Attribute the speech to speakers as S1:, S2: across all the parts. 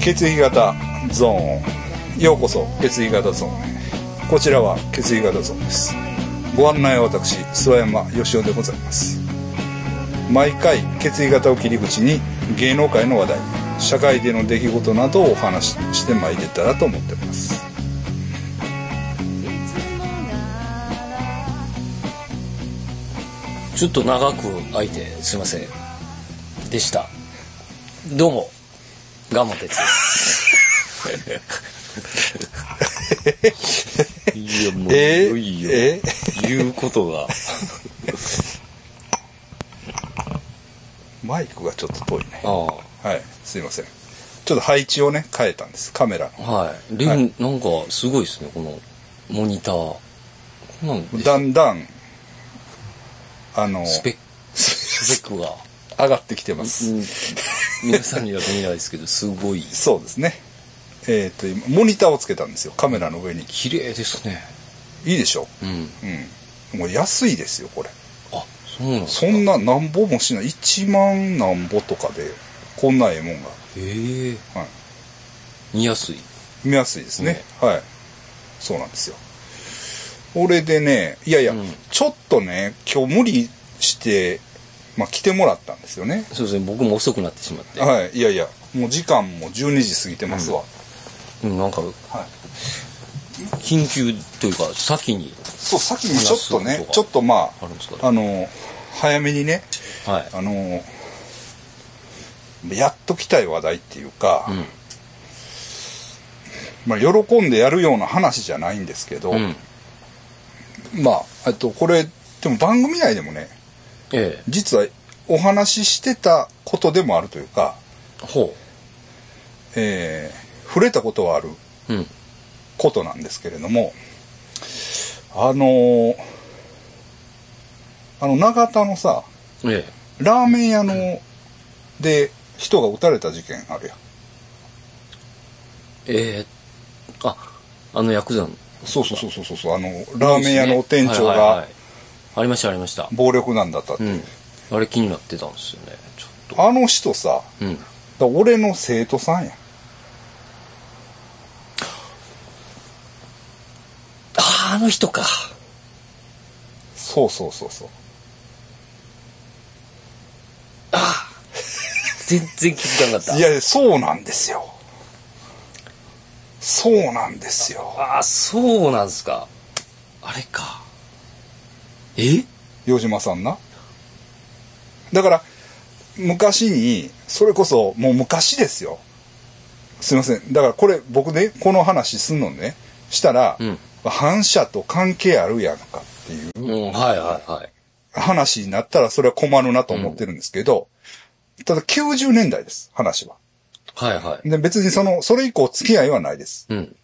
S1: 血液型ゾーンようこそ血液型ゾーンへこちらは血液型ゾーンですご案内は私諏訪山義雄でございます毎回血液型を切り口に芸能界の話題社会での出来事などをお話ししてまいれたらと思ってます
S2: ちょっと長く空いてすいませんでしたどうもガモ鉄ですいやもう
S1: え
S2: いよいよ
S1: え
S2: 言うことが
S1: マイクがちょっと遠いね
S2: あ
S1: はいすいませんちょっと配置をね変えたんですカメラ
S2: あはいレン、
S1: は
S2: なんかすごいですねこのモニターこんなんで
S1: だんだんあの
S2: スペックスペックが
S1: 上がってきてます
S2: 皆さんには見えないですけどすごい
S1: そうですねえっ、と今モニターをつけたんですよカメラの上に
S2: 綺麗ですね
S1: いいでしょ
S2: うん
S1: うんもう安いですよこれ
S2: あそうなんです
S1: そんななんぼもしない1万なんぼとかでこんなええもんが、
S2: へえ
S1: はい、
S2: 見やすい
S1: 見やすいですね、はいそうなんですよ俺でねいやいや、
S2: うん
S1: ちょっとね今日無理して、まあ、来てもらったんですよね
S2: そうですね僕も遅くなってしまって
S1: はいいやいやもう時間も12時過ぎてますわ、
S2: でもなんか
S1: はい、
S2: 緊急というか先に
S1: そう先にちょっと
S2: 話すこと
S1: ね
S2: が
S1: ちょっとま
S2: あるんですかね
S1: ああの早めにね
S2: はい
S1: あのやっときたい話題っていうか、
S2: うん
S1: まあ、喜んでやるような話じゃないんですけど、
S2: うん
S1: まあえっとこれでも番組内でもね
S2: ええ
S1: 実はお話ししてたことでもあるというか、
S2: ほ
S1: えー触れたことはある
S2: ううん
S1: ことなんですけれどもあのーあの永田のさ
S2: ええ
S1: ラーメン屋ので人が撃たれた事件あるやん
S2: ええああのヤクザの
S1: そうそうそうそうそうあのラーメン屋の店長
S2: はいはいは
S1: が
S2: いありましたありました
S1: 暴力団だったって、
S2: うんあれ気になってたんですよねちょっ
S1: あの人さ
S2: とうん
S1: だから俺の生徒さんや
S2: あああの人か
S1: そうそうそうそう
S2: 全然気づかなかった
S1: いやそうなんですよそうなんですよ
S2: ああそうなんですかあれかえ
S1: 洋島さんなだから昔にそれこそもう昔ですよすいませんだからこれ僕ねこの話すんのねしたら、
S2: うん
S1: 反射と関係あるやんかっていう
S2: うんはいはいはい
S1: 話になったらそれは困るなと思ってるんですけど、ただ90年代です、話は。
S2: はいはい
S1: で、別にその、それ以降付き合いはないです。
S2: うん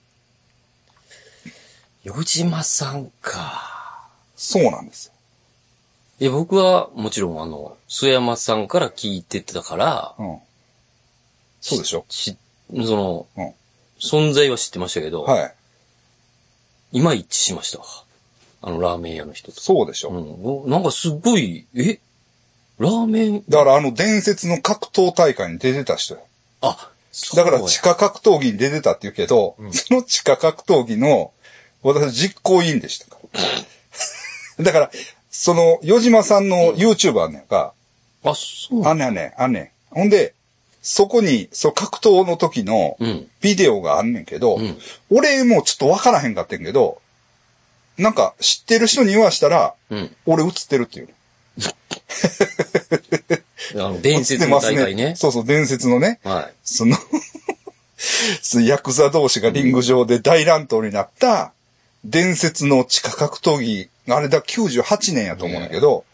S2: 余島さんか
S1: そうなんですよ。
S2: いや、僕はもちろんあの、須山さんから聞いてたから、
S1: うん。そうでしょ
S2: し、その、
S1: うん。
S2: 存在は知ってましたけど、
S1: はい。
S2: 今一致しましたわ。あの、ラーメン屋の人と。
S1: そうでしょ、
S2: うんお。なんかすごい、えラーメン、
S1: だからあの伝説の格闘大会に出てた人よ
S2: あ、そう
S1: だ
S2: や
S1: から地下格闘技に出てたって言うけど、その地下格闘技の、私実行委員でしたから。 だから、その、与島さんの YouTuber ねんか、
S2: あ、そう。
S1: あんねんあんねん、あんねん。ほんで、そこに、その格闘の時の
S2: うん
S1: ビデオがあんねんけど、
S2: うん
S1: 俺もちょっとわからへんかってんけど、なんか知ってる人に言わしたら、
S2: うん。
S1: 俺映ってるっていう。
S2: あの、伝説の
S1: 映
S2: 大
S1: って
S2: 会ね。
S1: そうそう、伝説のね。
S2: はい。
S1: その、 そのヤクザ同士がリング上で大乱闘になった、伝説の地下格闘技、あれだ、98年やと思うんだけど、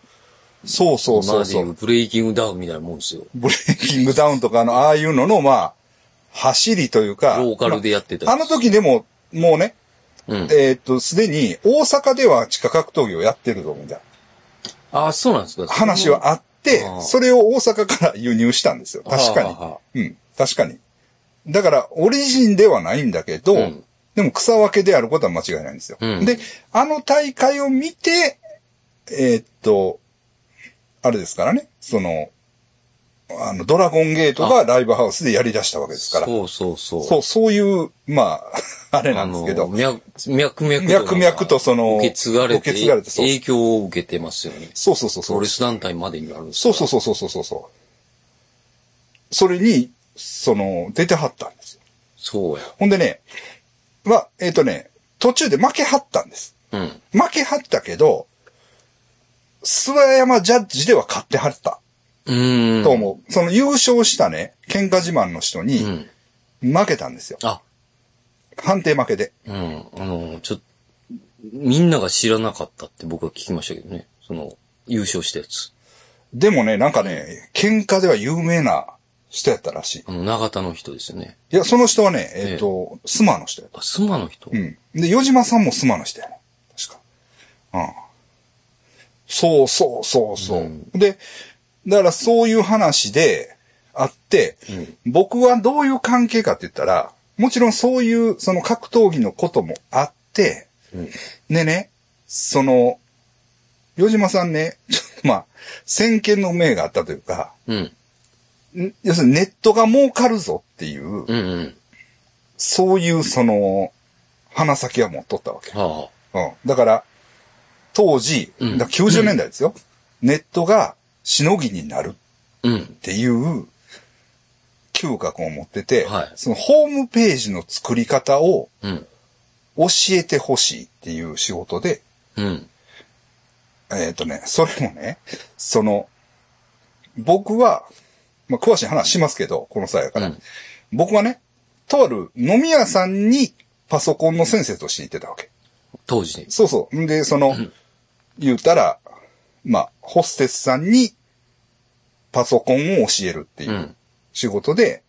S1: そうそうそ
S2: マ
S1: う
S2: ジ
S1: そ
S2: ング
S1: う。
S2: ブレイキングダウンみたいなもんですよ。
S1: ブレイキングダウンとかの、ああいうのの、まあ、走りというか、
S2: ローカルでやってた。
S1: あの時でも、もうね、
S2: うん。
S1: えーっと、すでに大阪では地下格闘技をやってると思うんだ。
S2: あ、そうなんですか。
S1: 話はあって
S2: あー、
S1: それを大阪から輸入したんですよ。確
S2: はあはあは
S1: かに。うん、確かに。だから、オリジンではないんだけど、
S2: うん
S1: でも草分けであることは間違いないんですよ。
S2: うん
S1: で、あの大会を見て、えーっと、あれですからね、その、あの、ドラゴンゲートがライブハウスでやり出したわけですから。
S2: そうそうそう。
S1: そう、そういう、まあ、 あれなんですけど。
S2: あの脈脈々
S1: 脈
S2: と。
S1: 々とその
S2: 受け継がれて、
S1: 受け継がれてそう
S2: 影響を受けてますよね。
S1: そうそうそう
S2: プ
S1: そ
S2: ロ
S1: う
S2: レ。ス団体までになるんです
S1: そうそうそうそうそうそうそう。それに、その、出てはったんですよ。
S2: そうや。
S1: ほんでね、まあ、えっ、とね、途中で負けはったんです。
S2: うん。
S1: 負けはったけど、諏訪山ジャッジでは勝ってはった
S2: うーん。
S1: と思う。その優勝したね、喧嘩自慢の人
S2: う
S1: に
S2: ん。
S1: 負けたんですよ。
S2: あ、
S1: 判定負けで。
S2: うん。あの、ちょっと、みんなが知らなかったって僕は聞きましたけどね。その、優勝したやつ。
S1: でもね、なんかね、喧嘩では有名な人やったらしい。
S2: あの、長田の人ですよね。
S1: いや、その人はね、えっ、と、スマの人や。
S2: あ、スマの人、
S1: うん。で、与島さんもスマの人やね。確か。うん。そうそうそうそう。で、だからそういう話であって、僕はどういう関係かって言ったら、もちろんそういう、その格闘技のこともあって、でね、その、与島さんね、 ちょっとまあ、先見の明があったというか、
S2: うん。
S1: ん要するにネットが儲かるぞっていう、
S2: うんうん。
S1: そういうその、鼻先は持っとったわけ。
S2: は
S1: うん。だから、当時、
S2: うん
S1: だから90年代ですよ、ネットがしのぎになるっ
S2: あ。うん。
S1: ていう嗅覚を持ってて、
S2: はい
S1: そのホームページの作り方を
S2: うん。
S1: 教えてほしいっていう仕事で、
S2: うん。
S1: えっ、とね、それもね、その、僕は、まあ、詳しい話しますけど、この際やから、
S2: うん
S1: 僕はね、とある飲み屋さんにパソコンの先生として行ってたわけ。
S2: 当時ね。。
S1: そうそう。んで、その、言うたら、まあ、ホステスさんにパソコンを教えるっていううん仕事で、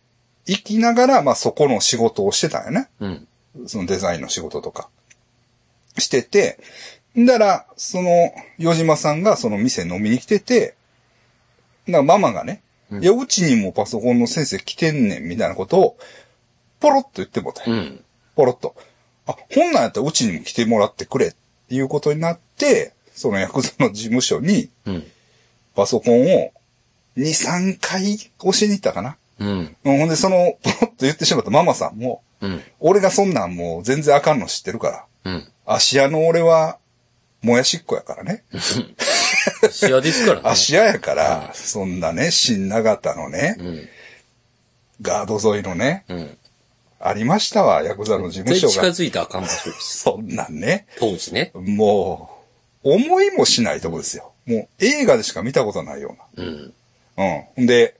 S1: 行きながら、まあ、そこの仕事をしてたんよね。
S2: うん。
S1: そのデザインの仕事とか、してて、だから、その、与島さんがその店飲みに来てて、だからママがね、いや、うちにもパソコンの先生来てんねん、みたいなことを、ポロッと言ってもたん
S2: う
S1: や
S2: ん。
S1: ポロッと。あ、本なんやったらうちにも来てもらってくれ、っていうことになって、そのヤクザの事務所に
S2: うん。
S1: パソコンを2、3回押しに行ったかな。
S2: うん。
S1: うんほんで、その、ポロッと言ってしまったママさんも、
S2: うん。
S1: 俺がそんなんもう全然あかんの知ってるから、
S2: うん。
S1: 芦屋の俺は、もやしっこやからね。
S2: シアですからね。
S1: 芦屋やから、そんなね、新長田のね、
S2: うん。
S1: ガード沿いのね、
S2: うん。
S1: ありましたわ、ヤクザの事務所
S2: 絶対近
S1: が。
S2: づいたらあかん場所です。
S1: そんなんね、
S2: 当時ね。
S1: もう、思いもしないとこですよ。もう映画でしか見たことないよ
S2: うん。
S1: うな。うん。んで、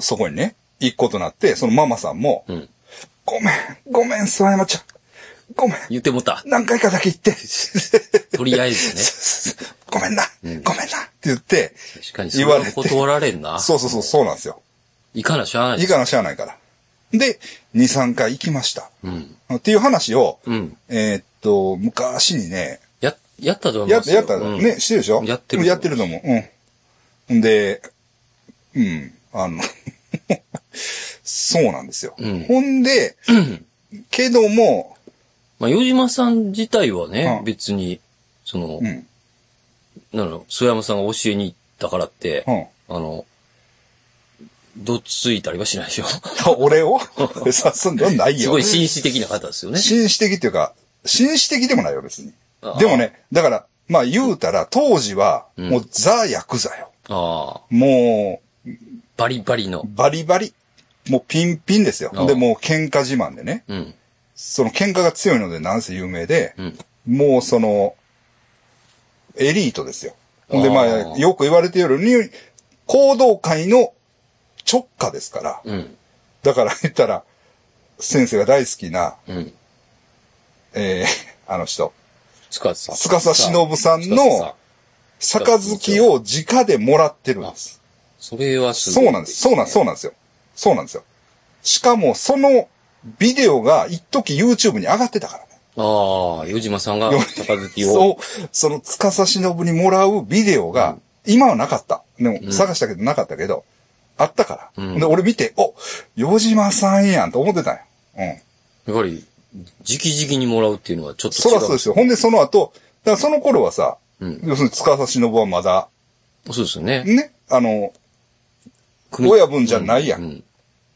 S1: そこにね、行くことになって、そのママさんも、
S2: うん。
S1: ごめん、ごめん、諏訪山ちゃん。ごめん、
S2: 言ってもった。
S1: 何回かだけ言って。
S2: とりあえずね。
S1: ごめんな、ごめんなって言って、
S2: 確かに、それ
S1: 言われ
S2: は
S1: て
S2: 断られんな。
S1: そうそうそう、そうなんですよ。
S2: いかなしゃあない
S1: いい
S2: です。
S1: かな、しゃあないから。で、2、3回行きました。
S2: うん。
S1: っていう話を、
S2: うん。
S1: えーっと、昔にね、
S2: や、やったと思い
S1: や
S2: ま
S1: っ
S2: す
S1: た、
S2: よ。
S1: やった、
S2: うん
S1: ね、してるでしょ
S2: やってる
S1: やってると思う。うん。んで、うん、あの、 そうなんですよ。
S2: うん
S1: ほんで、けども、
S2: まあ、与島さん自体はね、
S1: うん
S2: 別に、その、
S1: うん、
S2: なの、諏訪山さんが教えに行ったからって、
S1: うん。
S2: あの、どっついたりはしないでしょ。
S1: 俺 をさすんではない
S2: す
S1: よ
S2: ごい。紳士的な方ですよね。
S1: 紳士的っていうか、紳士的でもないよ、別に
S2: あ。あ
S1: でもね、だから、まあ言うたら、当時は、もうザ・ヤクザよ。
S2: ああ、
S1: も
S2: バリバリの
S1: う、。バリバリ。もうピンピンですよ。
S2: ああ
S1: で、もう喧嘩自慢でね。
S2: うん、
S1: その喧嘩が強いのでなんせ有名で、
S2: うん、
S1: もうその、エリートですよ。で、
S2: ああ
S1: まあ、よく言われているように、行動会の直下ですから。
S2: うん、
S1: だから言ったら、先生が大好きな、
S2: うん。
S1: えー、あの人、
S2: つかさん。
S1: 司忍さん
S2: 司さ
S1: の、杯を直でもらってるんです。
S2: それはすごい
S1: そうなんです。そうなんです。そうなんですよ。そうなんですよ。しかも、そのビデオが一時 YouTube に上がってたからね。
S2: ああ、与島さんが、高月を。
S1: そう、その司忍にもらうビデオが、今はなかった。でも、探したけどなかったけど、あったから。
S2: うん
S1: で、俺見て、お、洋島さんやんと思ってたんや。うん。
S2: やはり、直々にもらうっていうのはちょっと
S1: そ
S2: 違
S1: ら
S2: う。
S1: そうですよ。ほんで、その後、だからその頃はさ、
S2: うん
S1: 要するに司忍はまだ、
S2: そうですよね。
S1: ね、あの、
S2: 組
S1: 親分じゃないやん
S2: うん。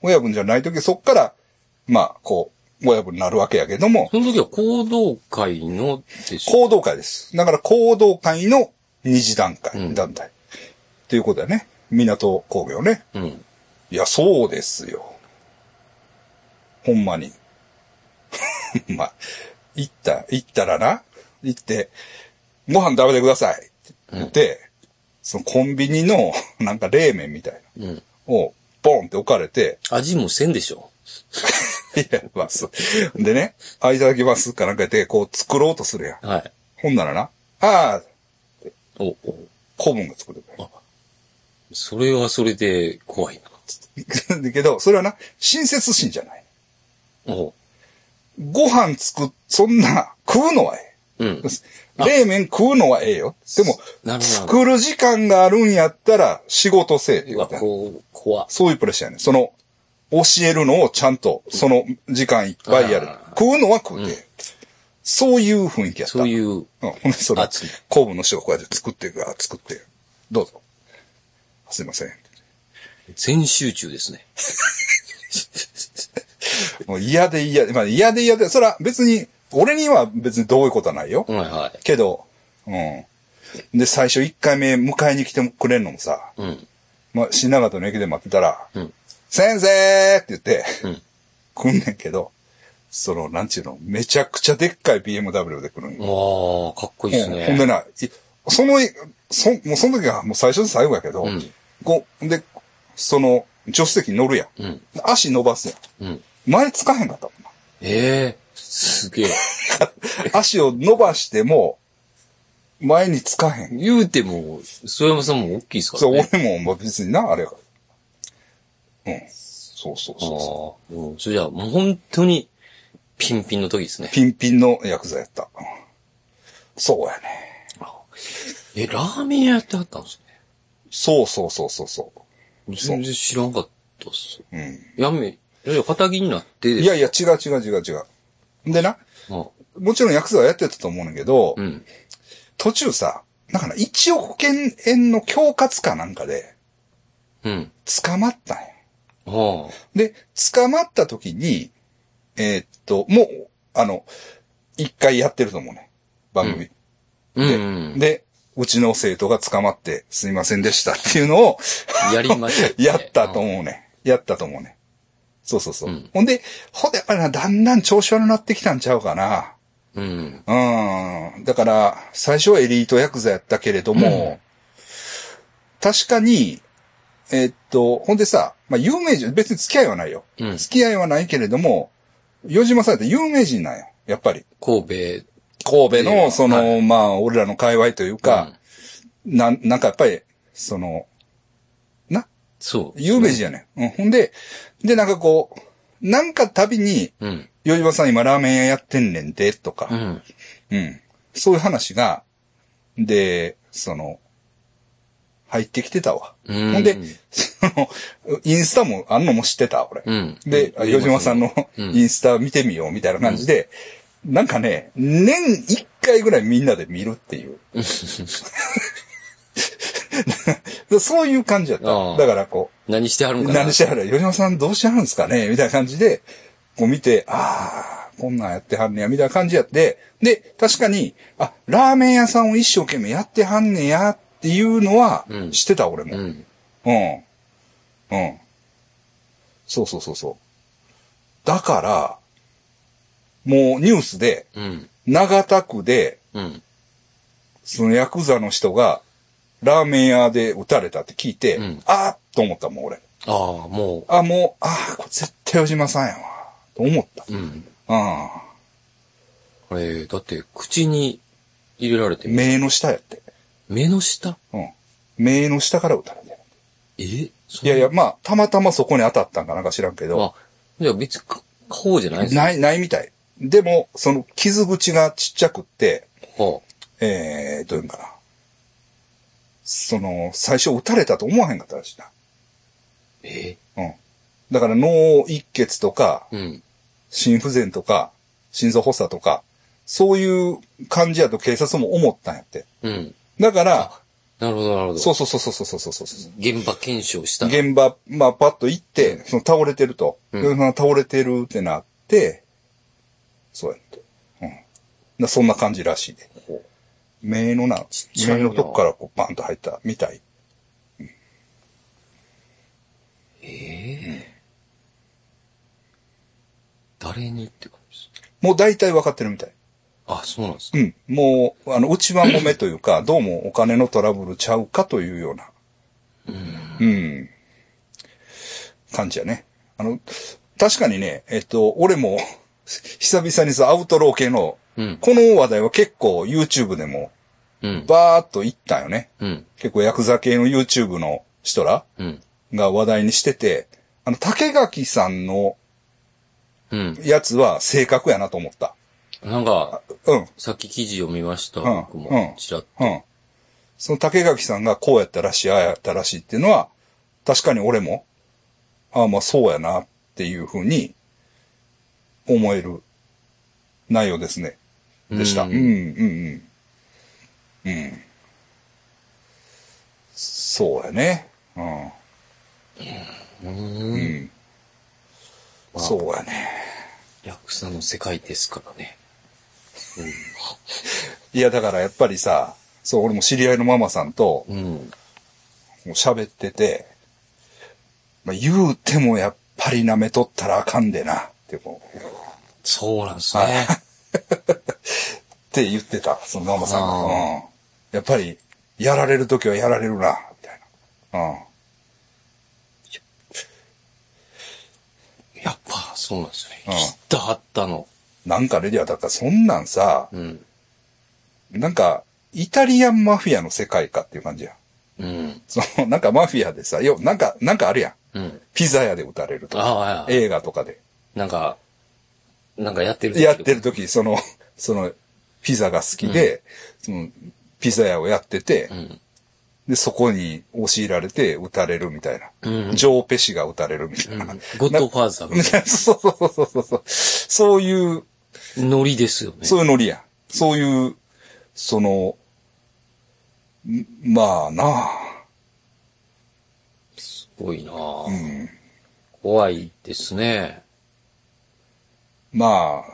S1: 親分じゃない時そっから、まあ、こう、親分になるわけやけども、
S2: その時は行動会のでしょ
S1: 行動会です。だから行動会の二次団会、団体。っていうことだね。港工業ね。
S2: うん。
S1: いや、そうですよ。ほんまに。 まあ、行った、行ったらな、行って、ご飯食べてくださいって言って、そのコンビニの、なんか冷麺みたい
S2: うん。
S1: な、を、ボンって置かれて、
S2: 味もせんでしょ。
S1: いや、まあ、そうでね、あ、いただきますかなんか言って、こう、作ろうとするやん。
S2: はい。
S1: ほんならな、ああ、
S2: お、お、
S1: 古文が作る。
S2: それはそれで怖い
S1: だけど、それはな、親切心じゃない。
S2: な。お
S1: ご飯作っ、そんな、食うのはええ。
S2: うん。
S1: 冷麺食うのはええよ。でも、
S2: なるほど。
S1: 作る時間があるんやったら仕事せえって
S2: う
S1: 言わ
S2: わ、
S1: れた。
S2: こう、怖。
S1: そういうプレッシャーやねん。その、教えるのをちゃんと、その時間いっぱいやる
S2: あ。
S1: 食うのは食うて。そういう雰囲気やった。
S2: そういう、
S1: うん。ほんで、それ
S2: 熱い、
S1: 工部の人がこうやって作ってくから、作って。どうぞ。すいません。
S2: 全集中ですね。
S1: もう嫌で嫌で、まあ嫌で嫌で、それは別に、俺には別にどういうことはないよ。
S2: はいはい。
S1: けど、うん。で、最初1回目迎えに来てくれんのもさ、
S2: うん。
S1: まあ、新長門の駅で待ってたら、
S2: うん
S1: 先生って言って、
S2: うん
S1: 来んねんけど、その、なんちゅうの、めちゃくちゃでっかい BMW で来るんよ。
S2: わあかっこいいで
S1: う
S2: す
S1: んほんで
S2: ね。
S1: な、いその、そ、もうその時がもう最初で最後やけど、
S2: うん
S1: こう、で、その、助手席乗るやん。
S2: うん。
S1: 足伸ばすやん。
S2: うん。
S1: 前つかへんかったもんな。
S2: ええすげえ。
S1: 足を伸ばしても、前につかへん。
S2: 言うても、諏訪山さんも大きいですから
S1: そう、
S2: ね。
S1: 俺も、まあ、別にな、あれやから。うん。そうそうそうそう。
S2: ああうんそれじゃあ、もう本当に、ピンピンの時ですね。
S1: ピンピンのヤクザやった。そうやね。
S2: え、ラーメン屋やってはったんです
S1: そうそうそうそうそ
S2: ね。全然知らんかったっす。
S1: う。うん。
S2: やめ、いやいや、肩気になって。
S1: いやいや、違う違う違う違う。でな、
S2: あ、
S1: もちろんヤクザはやってたと思うねんだけど、
S2: うん。
S1: 途中さ、なんかな、1億円円の恐喝かなんかで、
S2: うん。
S1: 捕まったんや。
S2: あ
S1: で、捕まった時に、えーっと、もう、あの、一回やってると思うね。番組。
S2: あ。うんうん。
S1: で、うちの生徒が捕まって、すいませんでしたっていうのを、
S2: やりましたね。
S1: やったと思うね。やったと思うね。そうそうそう。
S2: うん
S1: ほんで、ほんで、やっぱりな、だんだん調子悪なってきたんちゃうかな。
S2: うん。
S1: うん。だから、最初はエリートヤクザやったけれども、確かに、えっと、ほんでさ、まあ、有名人、別に付き合いはないよ。
S2: うん
S1: 付き合いはないけれども、余島さんって有名人なんよ。やっぱり。
S2: 神戸。
S1: 神戸
S2: ええ
S1: の、その、
S2: は
S1: まあ、俺らの界隈という
S2: う
S1: か
S2: ん、
S1: なん、なんかやっぱり、その、な、
S2: そう。
S1: 有名人やねん。うん。ほんで、で、なんかこう、なんか旅に、
S2: うん。
S1: よじまさん今ラーメン屋やってんねんで、と
S2: う
S1: か、
S2: ん。
S1: うん、そういう話が、で、その、入ってきてたわ。
S2: うん
S1: ほんで、その、インスタもあんのも知ってた、俺。
S2: うん。
S1: で、
S2: うん
S1: よじまさんの
S2: うん
S1: インスタ見てみよう、みたいな感じで、なんかね、年一回ぐらいみんなで見るっていう。 そういう感じやった
S2: あ。あ
S1: だからこう、
S2: 何してはるんかな。
S1: 何してはる吉野さんどうしてはるんですかねみたいな感じで、こう見て、ああ、こんなんやってはんねや、みたいな感じやって、で、確かに、あ、ラーメン屋さんを一生懸命やってはんねや、っていうのは
S2: う、ん
S1: 知ってた、俺も。
S2: う
S1: うん。
S2: ん。
S1: うん。そうそうそうそう。だから、もうニュースで、
S2: うん。
S1: 長田区で、
S2: うん。
S1: そのヤクザの人が、ラーメン屋で撃たれたって聞いて、
S2: うん
S1: ああっと思ったもん、俺。
S2: ああ、も
S1: あ、もう、ああ、これ絶対吉島さんやわ。と思った。
S2: う。うん。
S1: ああ、
S2: これ、だって、口に入れられて、
S1: 目の下やって。
S2: 目の下
S1: うん。目の下から撃たれて。
S2: えそ
S1: いやいや、まあ、たまたまそこに当たったんかなんか知らんけど、
S2: あ、いや、別にか、顔じゃないです
S1: ない、ないみたい。でも、その、傷口がちっちゃくって、
S2: は
S1: えー、どういうんかな。その、最初撃たれたと思わへんかったらしいな。
S2: あえ
S1: うん。だから脳一血とか、
S2: うん。
S1: 心不全とか、心臓発作とか、そういう感じやと警察も思ったんやって。
S2: うん。
S1: だから、
S2: なるほど、なるほど。
S1: そうそうそうそうそうそうそうそう。
S2: 現場検証したら。
S1: 現場、まあ、パッと行って、その倒れてると。でその倒れてるってなって、そうやって。うんな。そんな感じらしいで。目のな
S2: ちっ、ちゃい
S1: 目
S2: な
S1: のとこからこうバンと入ったみたい。
S2: ええ誰にって感じです。
S1: もう大体分かってるみたい。
S2: あ、そうなんですか。
S1: うん。もう、あの、内輪もめというか、どうもお金のトラブルちゃうかというような、うん、感じやね。あの、確かにね、えっと、俺も、久々にさ、アウトロー系の、
S2: うん
S1: この話題は結構 YouTube でも、
S2: うん。
S1: バーっと行ったよね。
S2: うん。
S1: 結構ヤクザ系の YouTube の人ら
S2: うん。
S1: が話題にしてて、あの、竹垣さんの
S2: うん。
S1: やつは正確やなと思った。
S2: なんか、
S1: うん。
S2: さっき記事を見ました。
S1: うんう
S2: 僕
S1: ん
S2: も。ちらっと。
S1: うん。その竹垣さんがこうやったらしい、ああやったらしいっていうのは、確かに俺も、ああまあそうやなっていうふうに思える内容ですね。でした。う、
S2: うんん
S1: うん、うん。うん。そうやね。うん。
S2: うん。
S1: そうやね。
S2: ヤクザの世界ですからね。
S1: いやだからやっぱりさ、そう、俺も知り合いのママさんと
S2: うん。
S1: もう喋ってて、まあ言うてもやっぱり舐めとったらあかんでな、ってこう。
S2: そうなんですね。
S1: って言ってた、そのママさんが。
S2: あ
S1: う
S2: ー
S1: ん、やっぱり、やられるときはやられるな、みたいな。うん。
S2: やっぱ、そうなんですね。
S1: うん
S2: 切ったはったの。
S1: なんかレディア、だからそんなんさ、
S2: うん。
S1: なんか、イタリアンマフィアの世界かっていう感じやん。
S2: うん。
S1: その、なんかマフィアでさ、よ、なんか、なんかあるやん。
S2: うん。
S1: ピザ屋で撃たれるとか、
S2: ああ、
S1: 映画とかで。
S2: なんか、なんかやってる。
S1: やってる。とき、その、その、ピザが好きで、その、ピザ屋をやってて、
S2: うん。
S1: で、そこに押し入られて撃たれるみたいな。
S2: うん。
S1: ジョーペシが撃たれるみたいな。
S2: ゴッドファーザー
S1: み
S2: み
S1: たいな そうそうそうそうそう。そういう、
S2: たい なノリですよね。
S1: そういうノリやん。そういう、その、んまあなあ
S2: すごいなぁ、怖いですね。
S1: まあ、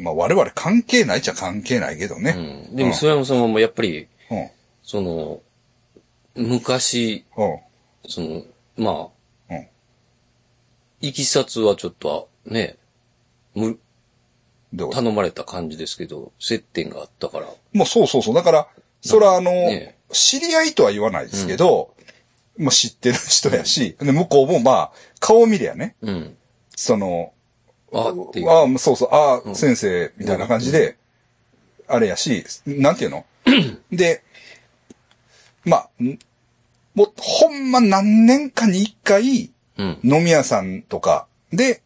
S1: まあ我々関係ないっちゃ関係ないけど
S2: う
S1: ね。
S2: ん。でも、諏訪山さんはもうやっぱり、
S1: うん。
S2: その、昔、
S1: うん。
S2: その、まあ、
S1: うん
S2: いきさつはちょっと、ね、む、
S1: どう
S2: 頼まれた感じですけど、接点があったから。
S1: もうそうそうそう。だから、それはあの、
S2: ね
S1: 知り合いとは言わないですけど、まあ知ってる人やし、で向こうもまあ、顔見りゃね、
S2: うん。
S1: その、
S2: あっていう。
S1: ああ、そうそう、ああ、先生、みたいな感じで、あれやし、なんていう ので、まあ、んもう、ほんま何年かに一回、
S2: うん。
S1: 飲み屋さんとかで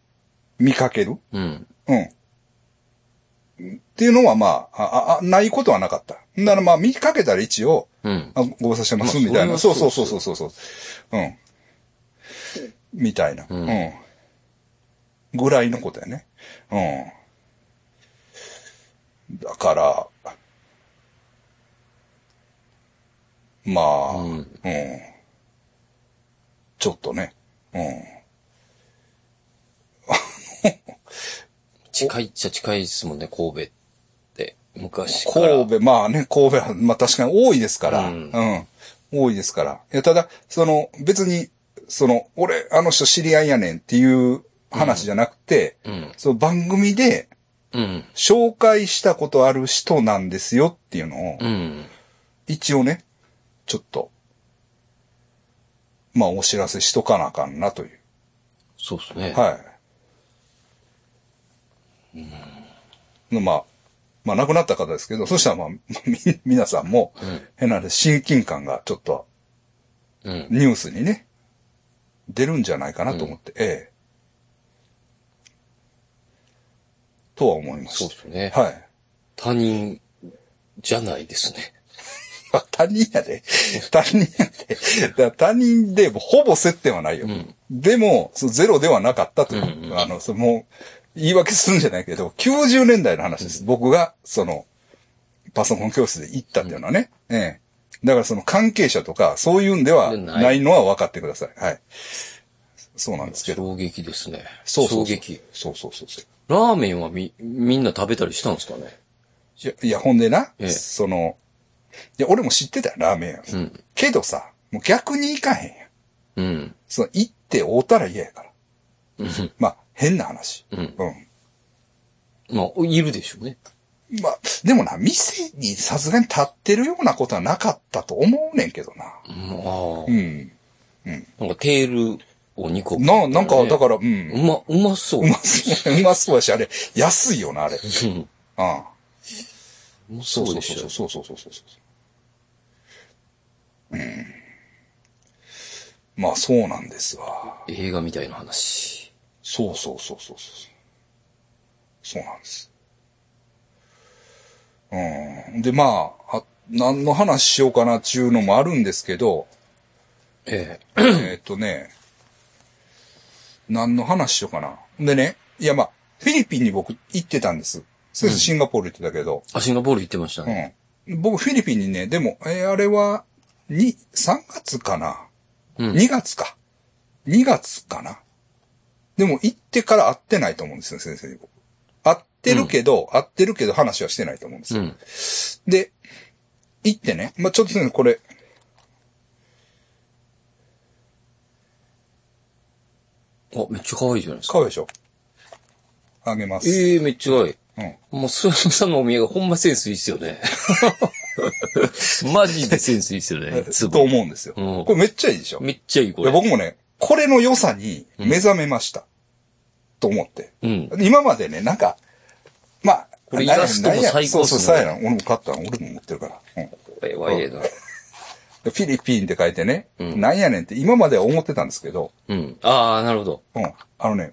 S1: 見かける。
S2: うん。
S1: うん。っていうのはまあ、あああ、ないことはなかった。ならまあ、見かけたら一応、
S2: うん。
S1: あご無沙汰してま、
S2: ますあ
S1: みたいな。
S2: そ
S1: そ
S2: れ
S1: う
S2: は
S1: そ
S2: そうう
S1: そ
S2: そ
S1: そ
S2: うう
S1: うそうそう。うん。みたいな。うんん。ぐらいのことやね。うん。だから、まあ、
S2: う
S1: うんん。ちょっとね。う
S2: 近いっちゃ近いですもんね、神戸って。昔
S1: ん。
S2: から。
S1: 神戸、まあね、神戸は、まあ確かに多いですから。う
S2: うんん。
S1: 多いですから。いや、ただ、その、別に、その、俺、あの人知り合いやねんっていう話じゃなくて、
S2: うん。
S1: その番組で
S2: うん。
S1: 紹介したことある人なんですよっていうのを、
S2: うん。
S1: 一応ね、ちょっと、まあお知らせしとかなあかんなという。
S2: そうですね。
S1: はい。まあ、まあ亡くなった方ですけど、そしたらまあ、 み皆さんも、変なで親近感がちょっと
S2: うん。
S1: ニュースにね、出るんじゃないかなと思って、ええ。とは思いま
S2: そう
S1: し
S2: ですね。
S1: た。はい。
S2: 他人じゃないですね。
S1: あ他人やで。他人やで。だから他人で、ほぼ接点はないよ。でも、そのゼロではなかったという。
S2: うん
S1: あの、そのもう、言い訳するんじゃないけど、90年代の話です。僕が、その、パソコン教室で行ったっていうのはね。ええ。だからその関係者とか、そういうんではないのは分かってください。はい。そうなんですけど。
S2: 衝撃ですね。
S1: そうそうそう
S2: 衝撃。。
S1: そうそうそうそう。
S2: ラーメンはみ、みんな食べたりしたんですかね
S1: いや、いやほんでな、
S2: ええ
S1: その、いや、俺も知ってたよ、ラーメン屋。
S2: うん。
S1: けどさ、もう逆に行かへんやん。
S2: うん。
S1: その、行っておうたら嫌やから。
S2: うん
S1: まあ、変な話。
S2: うん
S1: うん。
S2: まあ、いるでしょうね。
S1: まあ、でもな、店にさすがに立ってるようなことはなかったと思うねんけどな。
S2: うんあ
S1: う
S2: あ。
S1: ん。
S2: なんかテールを2個。
S1: な、なんか、だ
S2: ら。
S1: から、うん。
S2: うま、うまそう
S1: う。ま そうや、うまそうやし、あれ、安いよな、あれ。
S2: うん。
S1: ああ
S2: うま
S1: そ
S2: そうう
S1: そう
S2: でし
S1: そう
S2: ょ。
S1: そうそうそうそううん。まあ、そうなんですわ。
S2: 映画みたいな話。
S1: そうそうそうそうそう。そうなんです。うん。で、まあ、あ何の話しようかなっていうのもあるんですけ ど、
S2: ええ。
S1: えーっとね、何の話しようかな。でね、いやまあ、フィリピンに僕行ってたんです。そうです、シンガポール行ってたけど、
S2: あ、シンガポール行ってましたね。
S1: うん。僕フィリピンにね、でも、えーあれは、に、3月かな、
S2: うん
S1: ?2 月か。2月かなでも行ってから会ってないと思うんですよ、先生に僕。会ってるけど、会ってるけど話はしてないと思うんですよ。
S2: うん。
S1: で、行ってね、まあ、ちょっと先生これ、
S2: あ、めっちゃ可愛いじゃないですか。
S1: 買うでしょあげます。
S2: ええめっちゃ可愛い。
S1: うん。
S2: もう、スワムさんのお土産ほんまセンスいいっすよ ね。マジでセンスいいっすよね。つ
S1: と思うんですよ。
S2: うん
S1: これめっちゃいいでしょ
S2: めっちゃいい、
S1: い
S2: こ
S1: や
S2: れ。
S1: 僕もね、これの良さに目覚めました。と思って。
S2: うん。
S1: 今までね、なんか、まあ、
S2: これ
S1: なんや
S2: イラストも
S1: なんや
S2: 最高っす
S1: そうそ
S2: ね
S1: う、さやな。俺も買ったの俺も持ってるから。うん
S2: これはええな。
S1: でフィリピンって書いてね、
S2: うん
S1: なんやねんって今までは思ってたんですけど、
S2: うん。ああ、なるほど。
S1: うん。あのね、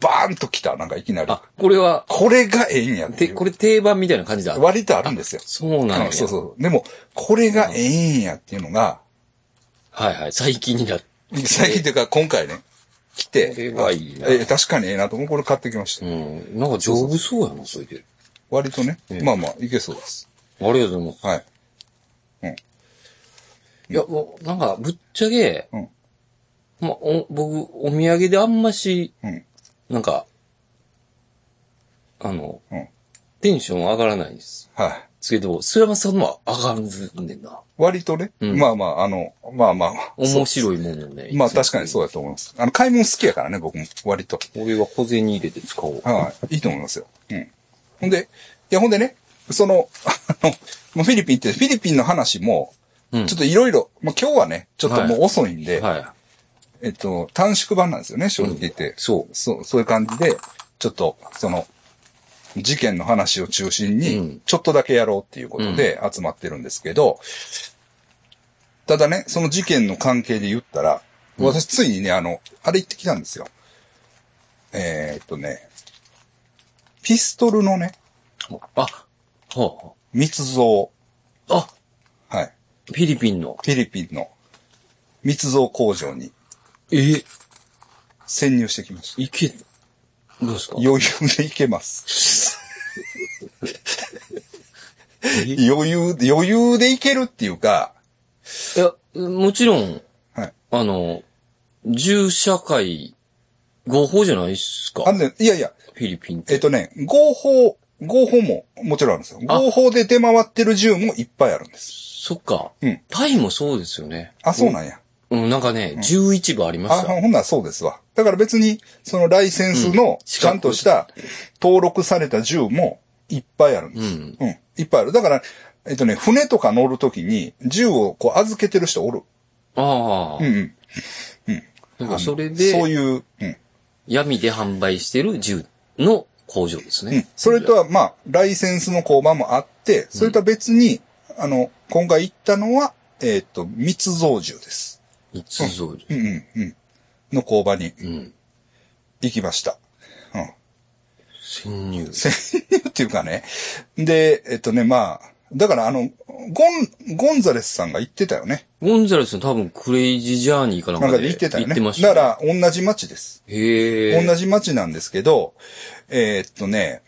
S1: バーンと来た、なんかいきなり。
S2: あ、これは、
S1: これがええんやって
S2: で、
S1: いう。
S2: これ定番みたいな感じだ。
S1: 割とあるんですよ。
S2: そうなん
S1: う
S2: や。
S1: んそうそう。でも、これがええんやっていうのが、
S2: はいはい。最近になって。
S1: 最近というか今回ね、来て、
S2: これはいいな
S1: あえ確かにええなと思う。これ買ってきました。
S2: うん。なんか丈夫そうやな、それで。
S1: 割とね、
S2: ええ
S1: まあまあ、いけそうです。
S2: ありがとうございます。
S1: はい。
S2: いや、もう、なんか、ぶっちゃけ、
S1: うん
S2: まあ、お僕、お土産であんまし、
S1: うん。
S2: なんか、あの、
S1: うん
S2: テンション上がらないんです。
S1: はい。
S2: ですけど、スラマさんも上がるんねんな。
S1: 割とね、
S2: うん
S1: まあまあ、あの、まあまあまあ、
S2: 面白いもんよね。。
S1: まあ確かにそううだと思います。あの、買い物好きやからね、僕も、割と。
S2: 俺は小銭入れて使おう。
S1: はい。いいと思いますよ。うん。ほんで、いや、ほんでね、その、 あの、もうフィリピンって、フィリピンの話も、
S2: う
S1: ちょ
S2: ん
S1: っといろいろ、まあ今日はね、ちょっともう遅いんで、
S2: はい。
S1: えっと、短縮版なんですよね、正直言って。
S2: そ
S1: そう、そういう感じで、ちょっと、その、事件の話を中心
S2: う
S1: に
S2: ん、
S1: ちょっとだけやろうっていうことで集まってるんですけど、ただね、その事件の関係で言ったら、私ついにね、あの、あれ行ってきたんですよ。えーっとね、ピストルのね、
S2: う。あ、は
S1: 密造、
S2: あ、あ、
S1: はい、
S2: フィリピンの。
S1: フィリピンの密造工場に
S2: え、
S1: 潜入してきました。
S2: いけ、どうですか
S1: 余裕で行けます。
S2: え
S1: 余裕で、余裕でいけるっていうか、
S2: いや、もちろん、
S1: はい。
S2: あの、銃社会、合法じゃないっすか
S1: あのね、いやいや、
S2: フィリピンって。
S1: えっとね、合法、合法ももちろんあるんですよ。
S2: あ
S1: 合法で出回ってる銃もいっぱいあるんです。
S2: そっか。
S1: うん
S2: タイもそうですよね。
S1: あ、そうなんや。
S2: うん、なんかね、11部ありま
S1: あ、
S2: した。
S1: ほんならそうですわ。だから別に、そのライセンスの
S2: 資
S1: ちゃ
S2: 格
S1: んとした登録された銃もいっぱいあるんで
S2: う
S1: す。
S2: ん。
S1: うん。いっぱいある。だから、えっとね、船とか乗るときに銃をこう預けてる人おる。
S2: ああ
S1: うん。うん。
S2: なんかそれ
S1: あのそう
S2: で、
S1: いう、うん。
S2: 闇で販売してる銃の工場です
S1: うん
S2: ね。。
S1: それとは、まあ、ライセンスの交番もあって、それとは別に、あの、今回行ったのは、えっ、と、密造銃です。
S2: 密造銃。
S1: うんうんうん。の交番に
S2: うん。
S1: 行きました。うん。
S2: 潜入。
S1: 潜入っていうかね。で、えっとね、まあ、だからあの、ゴン、ゴンザレスさんが言ってたよね。
S2: ゴンザレスの多分クレイジージャーニーかなん
S1: な
S2: か
S1: ん
S2: で。
S1: かで言ってたよね。
S2: 行ってました、
S1: だか、ら、同じ町です。
S2: へえ。
S1: 同じ町なんですけど、えーっとね、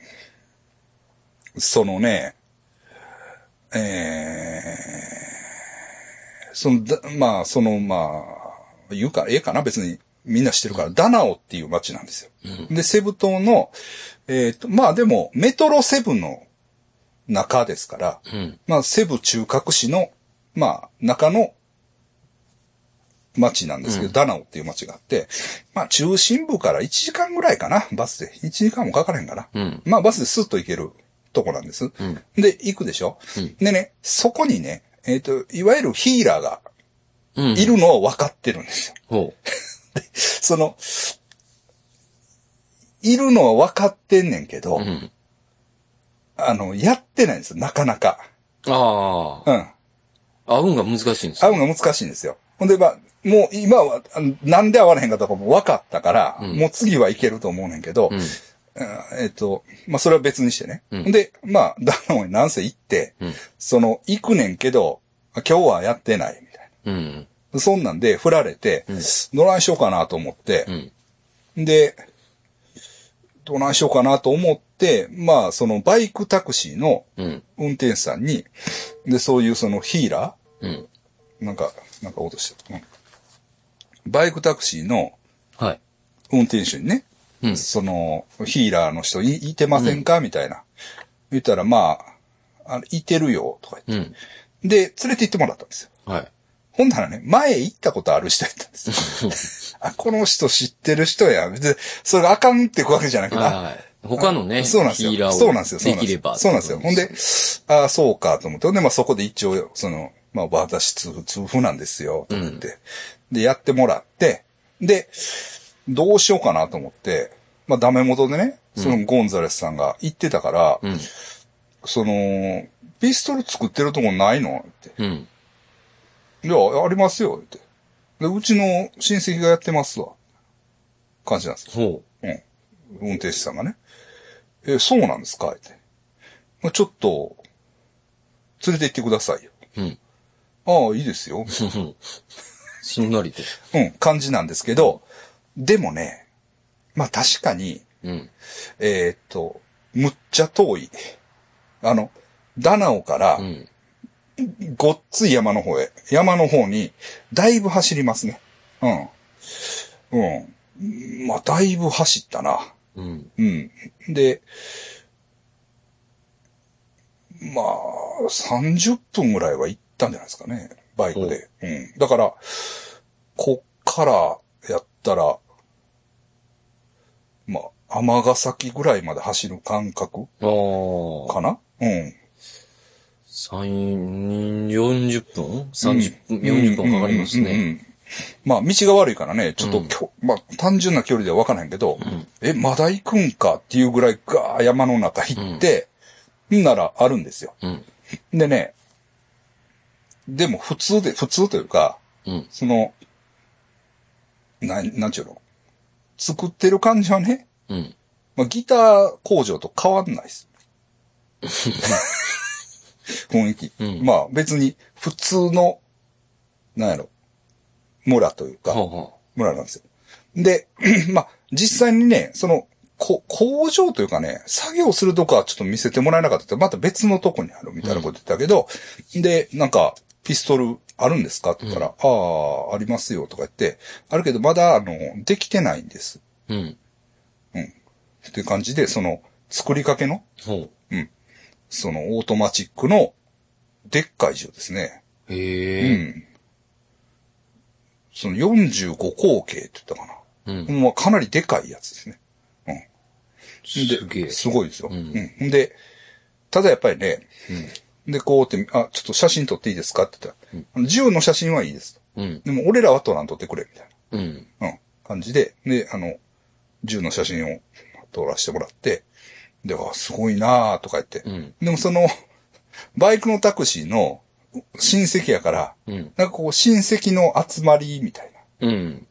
S1: そのね、えその、だまあ、その、まあ、言うか、ええかな、別に。みんな知ってるから、ダナオっていう街なんですよ。で、セブ島の、えっ、と、まあでも、メトロセブの中ですから、
S2: うん。
S1: まあ、セブ中核市の、まあ、中の町なんですけど、ダナオっていう町があって、まあ、中心部から1時間ぐらいかな、バスで。1時間もかからへんかな。
S2: うん
S1: まあ、バスでスッと行けるとこなんです。で、行くでしょ、でね、そこにね、えっ、と、いわゆるヒーラーが
S2: うん。
S1: いるのを分かってるんですよ。
S2: ほ
S1: その、いるのは分かってんねんけど、
S2: う。うん。
S1: あの、やってないんですよ、なかなか。
S2: ああ。
S1: うん。
S2: あうんが難しいんです
S1: 会
S2: よ
S1: うのが難しいんですよ。ほんで、まあ、もう今は、あのなんで会われへんかとかも分かったから、
S2: うん
S1: もう次はいけると思うねんけど、
S2: う
S1: う
S2: ん。
S1: んえっと、まあ、それは別にしてね。
S2: うん
S1: ほんで、まあ、ダノンになんせ行って、
S2: うん
S1: その、行くねんけど、今日はやってない、みたい
S2: うん。
S1: な。そんなんで、振られて、
S2: うん
S1: どないしようかなと思って、
S2: うん。
S1: で、どないしようかなと思って、まあ、そのバイクタクシーの
S2: うん。
S1: 運転手さんに、で、そういうそのヒーラ
S2: うん。
S1: ーなんか、なんか音してる。うんバイクタクシーの
S2: はい。
S1: 運転手にね、
S2: うん。
S1: そのヒーラーの人いいてませんかみたいな。言ったら、まあ、あのいてるよ、とか
S2: う
S1: 言って。
S2: ん。
S1: で、連れて行ってもらったんですよ。
S2: はい。
S1: ほんならね、前行ったことある人やったんですよ。 あ、この人知ってる人や。別に、それがあかんってわけじゃなくて、あ
S2: はい。他のね、
S1: そうなんですよ。
S2: ヒーラーを
S1: そうなんですよ。そう
S2: で
S1: なんで
S2: き
S1: す
S2: れ
S1: よ
S2: ば。
S1: そうなんですよ。ほんで、ああ、そうかと思って。ほんで、まあそこで一応、その、まあ私痛風、痛風なんですよ、と思って、で、やってもらって、で、どうしようかなと思って、まあダメ元でね、そのゴンザレスさんが言ってたから、
S2: うん。
S1: その、ピストル作ってるとこないのって。
S2: うん。
S1: いや、ありますよ、って。で、うちの親戚がやってますわ。感じなんですよ
S2: ほ
S1: うん。運転手さんがね。え、そうなんですかって。まあ、ちょっと、連れて行ってくださいよ。
S2: う。うん。
S1: ああ、いいです よ。
S2: すんなりと。
S1: うん、感じなんですけど、でもね、まあ確かに、
S2: うん。
S1: えーっと、むっちゃ遠い。あの、ダナオから
S2: う、ん。
S1: ごっつい山の方へ、山の方に、だいぶ走りますね。うん。うん。まあ、だいぶ走ったな。
S2: うん。
S1: うん。で、まあ、30分ぐらいは行ったんじゃないですかね。バイクで。うん。だから、こっからやったら、まあ、天ヶ崎ぐらいまで走る感覚
S2: ああ。
S1: かなうん。
S2: 三、40分 ?30 分、40分かかります
S1: うんうんうんう
S2: ね。
S1: んまあ、道が悪いからね、ちょっときょ、まあ、単純な距離では分からへんけど、え、まだ行くんかっていうぐらいガー山の中行って、ん、ならあるんですよ。
S2: うん。
S1: でね、でも普通で、普通というか、
S2: うん。
S1: その、なん、なんちゅうの作ってる感じはね、
S2: うん。
S1: まあ、ギター工場と変わんない です。雰囲気。
S2: うん
S1: まあ別に普通の、なんやろ、村というか、
S2: はあは
S1: 村なんですよ。で、 まあ実際にね、その、こ工場というかね、作業するとこはちょっと見せてもらえなかったって、また別のとこにあるみたいなこと言ってたけど、で、なんか、ピストルあるんですかって言ったら、ああ、ありますよとか言って、あるけどまだ、あの、できてないんです。
S2: あ。うん。
S1: っていう感じで、その、作りかけの、
S2: ほ
S1: その、オートマチックの、でっかい銃ですね。
S2: う。
S1: う
S2: へえ。
S1: ん。その、45口径って言ったか
S2: うん
S1: な。。まあ、かなりでかいやつですね。です
S2: げえ。
S1: すごいですよ。
S2: う
S1: うんん。で、ただやっぱりね、で、こうって、あ、ちょっと写真撮っていいですかって言ったら、あの銃の写真はいいですと。
S2: うん。
S1: でも、俺らは撮らんとってくれ、みたい
S2: うん。
S1: な、うん、感じで、で、あの、銃の写真を撮らせてもらって、で、あ、すごいなーとか言って、
S2: うん。
S1: でもその、バイクのタクシーの親戚やから、
S2: うん。
S1: なんかこう親戚の集まりみたいな
S2: うん。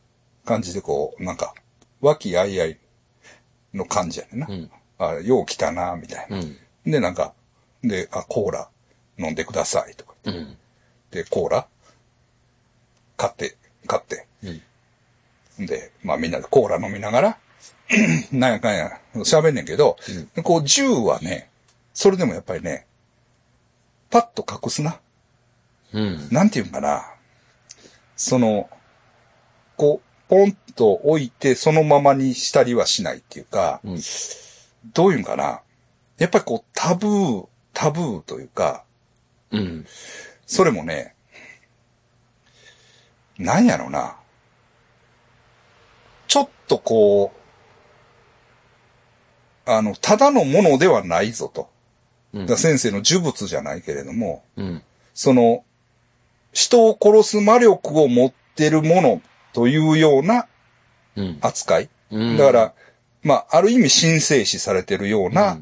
S1: 感じでこう、なんか、和気あいあいの感じやねんな。
S2: うん。
S1: あよう来たな、みたいな。
S2: うん。
S1: で、なんか、で、あ、コーラ飲んでくださいとか
S2: う
S1: 言って。
S2: ん。
S1: で、コーラ買って、買って。
S2: うん。
S1: で、まあみんなでコーラ飲みながら、 なんやかんや、喋んねんけど、こう銃はね、それでもやっぱりね、パッと隠すな。
S2: うん。
S1: なんていうんかな。その、こう、ポンと置いてそのままにしたりはしないっていうか、
S2: うん
S1: どういうんかな。やっぱりこう、タブー、タブーというか、
S2: うん。
S1: それもね、なんやろな。ちょっとこう、あの、ただのものではないぞと。
S2: うん
S1: だから先生の呪物じゃないけれども、
S2: うん。
S1: その、人を殺す魔力を持ってるものというような
S2: うん。
S1: 扱い。
S2: うん
S1: だか、ら、まあ、ある意味神聖視されてるような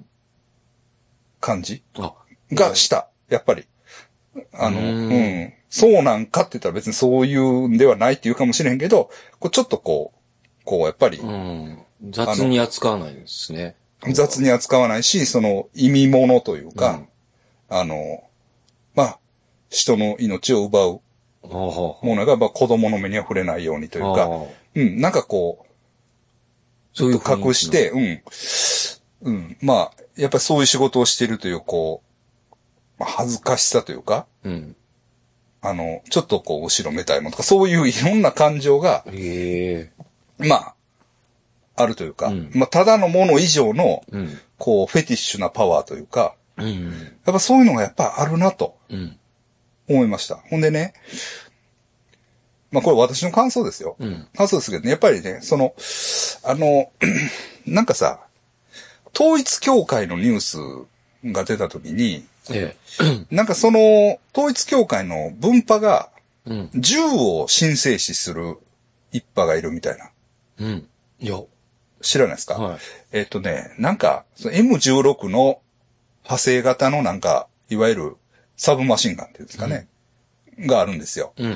S1: 感じ
S2: あ、
S1: がした。やっぱり。あの、
S2: う
S1: うんん,、そうなんかって言ったら別にそういうんではないって言うかもしれへんけど、こうちょっとこう、こうやっぱり
S2: うん。雑に扱わないですね。
S1: 雑に扱わないし、その意味物というか、あの、まあ、人の命を奪う
S2: うん。ほうほう
S1: ものが、まあ、子供の目には触れないようにというか、
S2: ほう
S1: うん、なんかこう、
S2: そういう雰囲気の
S1: 隠して、うん。うん、まあ、やっぱりそういう仕事をしてるという、こう、まあ、恥ずかしさというか、
S2: うん。
S1: あの、ちょっとこう、後ろめたいものとか、そういういろんな感情が、
S2: へえ。
S1: まあ、あるというか、
S2: うん
S1: まあ、ただのもの以上の、
S2: うん。
S1: こう、フェティッシュなパワーというか、
S2: うん。
S1: やっぱそういうのがやっぱあるなと
S2: うん。
S1: 思いました。ほんでね、まあ、これ私の感想ですよ。
S2: うん。
S1: 感想ですけどね、やっぱりね、その、あの、 なんかさ、統一教会のニュースが出た時に、
S2: え
S1: なんかその、統一教会の分派が、
S2: え。うん。
S1: 銃を神聖視する一派がいるみたいな。
S2: うん。いや、
S1: 知らないですか、
S2: はい。
S1: えっとね、なんか、その M16 の派生型のなんか、いわゆるサブマシンガンっていうんですかね、があるんですよ。
S2: う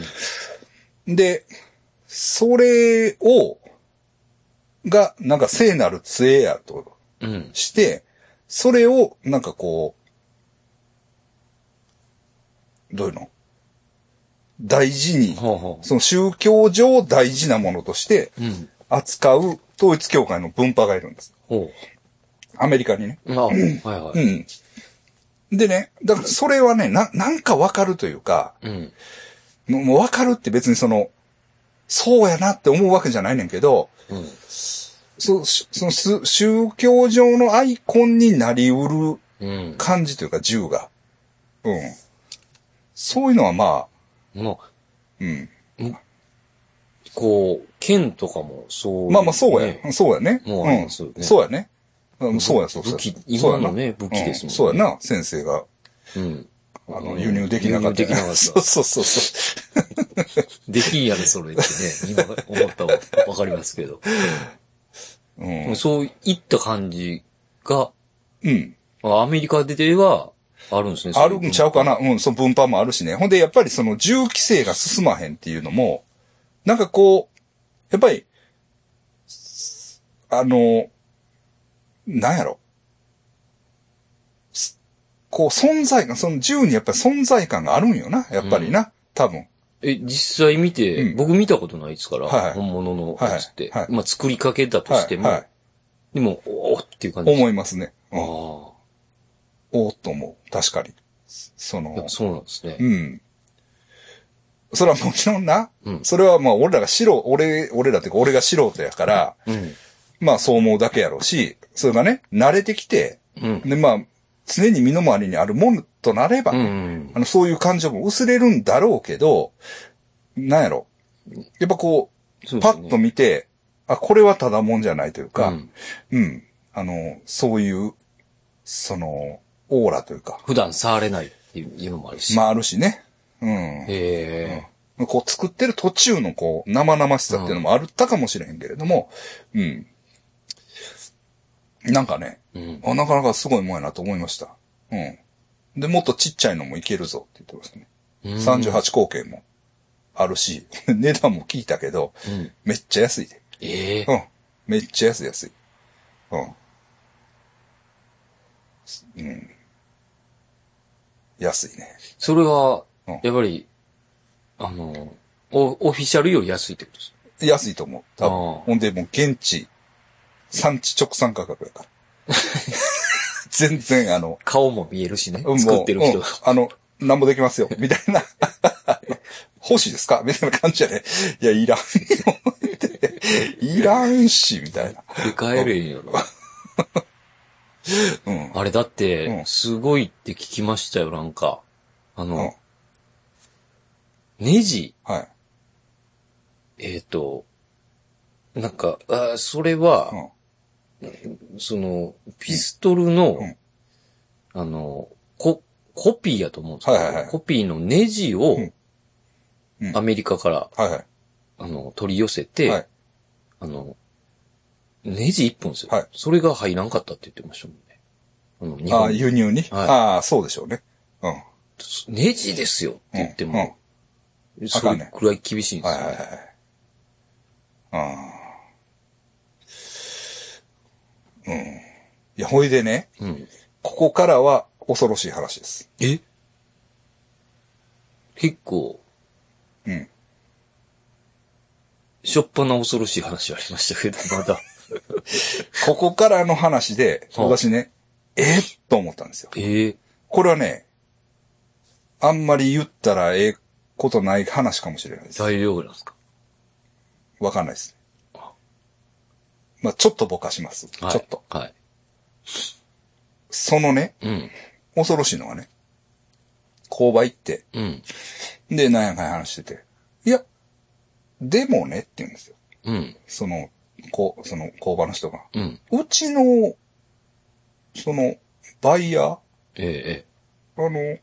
S2: ん。
S1: で、それを、が、なんか聖なる杖やと
S2: うん。
S1: して、それを、なんかこう、どういうの大事に、
S2: ほうほ
S1: その宗教上大事なものとして
S2: う。うん。
S1: 扱う統一教会の分派がいるんです。
S2: ほ
S1: アメリカにね。
S2: う。あ、はいは
S1: う
S2: い。
S1: ん。でね、だからそれはね、な、なんかわかるというか、
S2: うん。
S1: ももうわかるって別にその、そうやなって思うわけじゃないねんけど、
S2: うん。
S1: そしそのす宗教上のアイコンになりうる
S2: うん。
S1: 感じというか銃が。うん。そういうのはまあ、
S2: まあ、
S1: うん。
S2: こう、剣とかもそう。
S1: まあまあそうや。
S2: ね
S1: そうやね。
S2: もうありますよね
S1: ん。そうやね。うんそうや、そうや。
S2: 武器
S1: そう、や
S2: 今のね、武器で
S1: う
S2: す
S1: ん
S2: もんね。
S1: そうやな、先生が、
S2: うん。
S1: あ
S2: う
S1: の、
S2: ん
S1: 輸入できなかった。
S2: 輸入できなかった
S1: そうそうそうそう。
S2: できんやろ、それってね。今思ったわ。わかりますけど。
S1: うん。
S2: そういった感じが、
S1: うん。
S2: アメリカででは、あるんですね。
S1: あるんちゃ
S2: う
S1: うかなうん、その分派もあるしね。ほんで、やっぱりその銃規制が進まへんっていうのも、なんかこう、やっぱり、あの、なんやろ。すこう、存在感、その銃にやっぱり存在感があるんよな。やっぱりな。多分。
S2: え、実際見て、
S1: うん
S2: 僕見たことないですから、
S1: はい
S2: 本物のやつって。
S1: はいはい
S2: まあ、作りかけだと
S1: は
S2: して
S1: い。
S2: も、
S1: はい。
S2: でも、おおっていう感じです。
S1: 思いますね。
S2: ああ
S1: うん、おーっと思う。確かに。そ
S2: ー。い
S1: の
S2: や、そうなんですね。
S1: うん。それはもちろんな。
S2: うん
S1: それはまあ、俺らが素人、俺、俺らっていうか、俺が素人やから、
S2: うん。
S1: まあそう思うだけやろうし、それがね、慣れてきて、
S2: うん。
S1: でまあ、常に身の回りにあるものとなれば、
S2: うん。
S1: あの、そういう感情も薄れるんだろうけど、なんやろ。やっぱこう、
S2: そうで
S1: パ
S2: すね
S1: ッと見て、あ、これはただもんじゃないというか、
S2: う
S1: うん、
S2: ん
S1: あの、そういう、その、オーラというか、
S2: 普段触れないっていうのもあるし。
S1: まああるしね。うん。
S2: へえ。
S1: こう作ってる途中のこう生々しさっていうのもあったかもしれへんけれども、うん。なんかね、
S2: うん。
S1: あなかなかすごいもんやなと思いました。うん。で、もっとちっちゃいのもいけるぞって言ってましたね。
S2: うん
S1: 38口径もあるし、 値段も聞いたけど、
S2: うん
S1: めっちゃ安いで。
S2: ええ
S1: う。ん。めっちゃ安い安い。うん。すうん。安いね。
S2: それは
S1: うん、
S2: やっぱり、あの、オオフィシャルより安いってことです。
S1: 安いと思う。多分
S2: ああ
S1: ほんで、もう現地、産地直産価格やから。 全然、あの、
S2: 顔も見えるしね
S1: うんも。う
S2: 作ってる
S1: う
S2: 人
S1: ん。あの、なんもできますよ、みたいな。 欲しいですかみたいな感じやね。いや、いらんよ。いらんし、みたいな。
S2: で帰るんやろ。
S1: うん。
S2: あれだっ
S1: うん
S2: て、すごいって聞きましたよ、なんか。あ
S1: う
S2: の
S1: ん、。
S2: ネジ、
S1: はい。
S2: えっ、と、なんか、あーそれは
S1: う、ん。
S2: その、ピストルの、
S1: うん
S2: あの、コ、コピーやと思うんですけど、
S1: はいはいはい
S2: コピーのネジを、
S1: うんうん
S2: アメリカから、
S1: はいは
S2: あの、取り寄せ
S1: い。
S2: て、
S1: はい。
S2: あの、ネジ一本ですよ、
S1: はい
S2: それが入らんかったって言ってましたもんね。あの、日
S1: ああ、
S2: 本
S1: 輸入に、
S2: はい
S1: ああ、そうでしょうね。うん。うん
S2: ネジですよって言っても、そ
S1: あかん
S2: れ
S1: ね
S2: くらい厳しいんです
S1: はい
S2: よ、
S1: はいはいはい。ああ。うん。いや、ほいでね、
S2: うん。
S1: ここからは恐ろしい話です。
S2: え結構、
S1: うん。
S2: しょっぱな恐ろしい話はありましたけど、まだ。
S1: ここからの話で、
S2: はい
S1: 私ね、えっと思ったんですよ。
S2: ええ
S1: これはね、あんまり言ったらええことない話かもしれないです。
S2: 大丈夫なんですか
S1: わかんないですね
S2: あ。
S1: まあちょっとぼかします。
S2: はい。
S1: ちょっと。
S2: はい。
S1: そのね、
S2: うん。
S1: 恐ろしいのはね、購買行って、
S2: うん。
S1: で、なんやかんや話してて、いや、でもねって言うんですよ。
S2: うん。
S1: その、こう、その、工場の人が。
S2: うん。
S1: うちの、その、バイヤー、あ
S2: えええ
S1: の、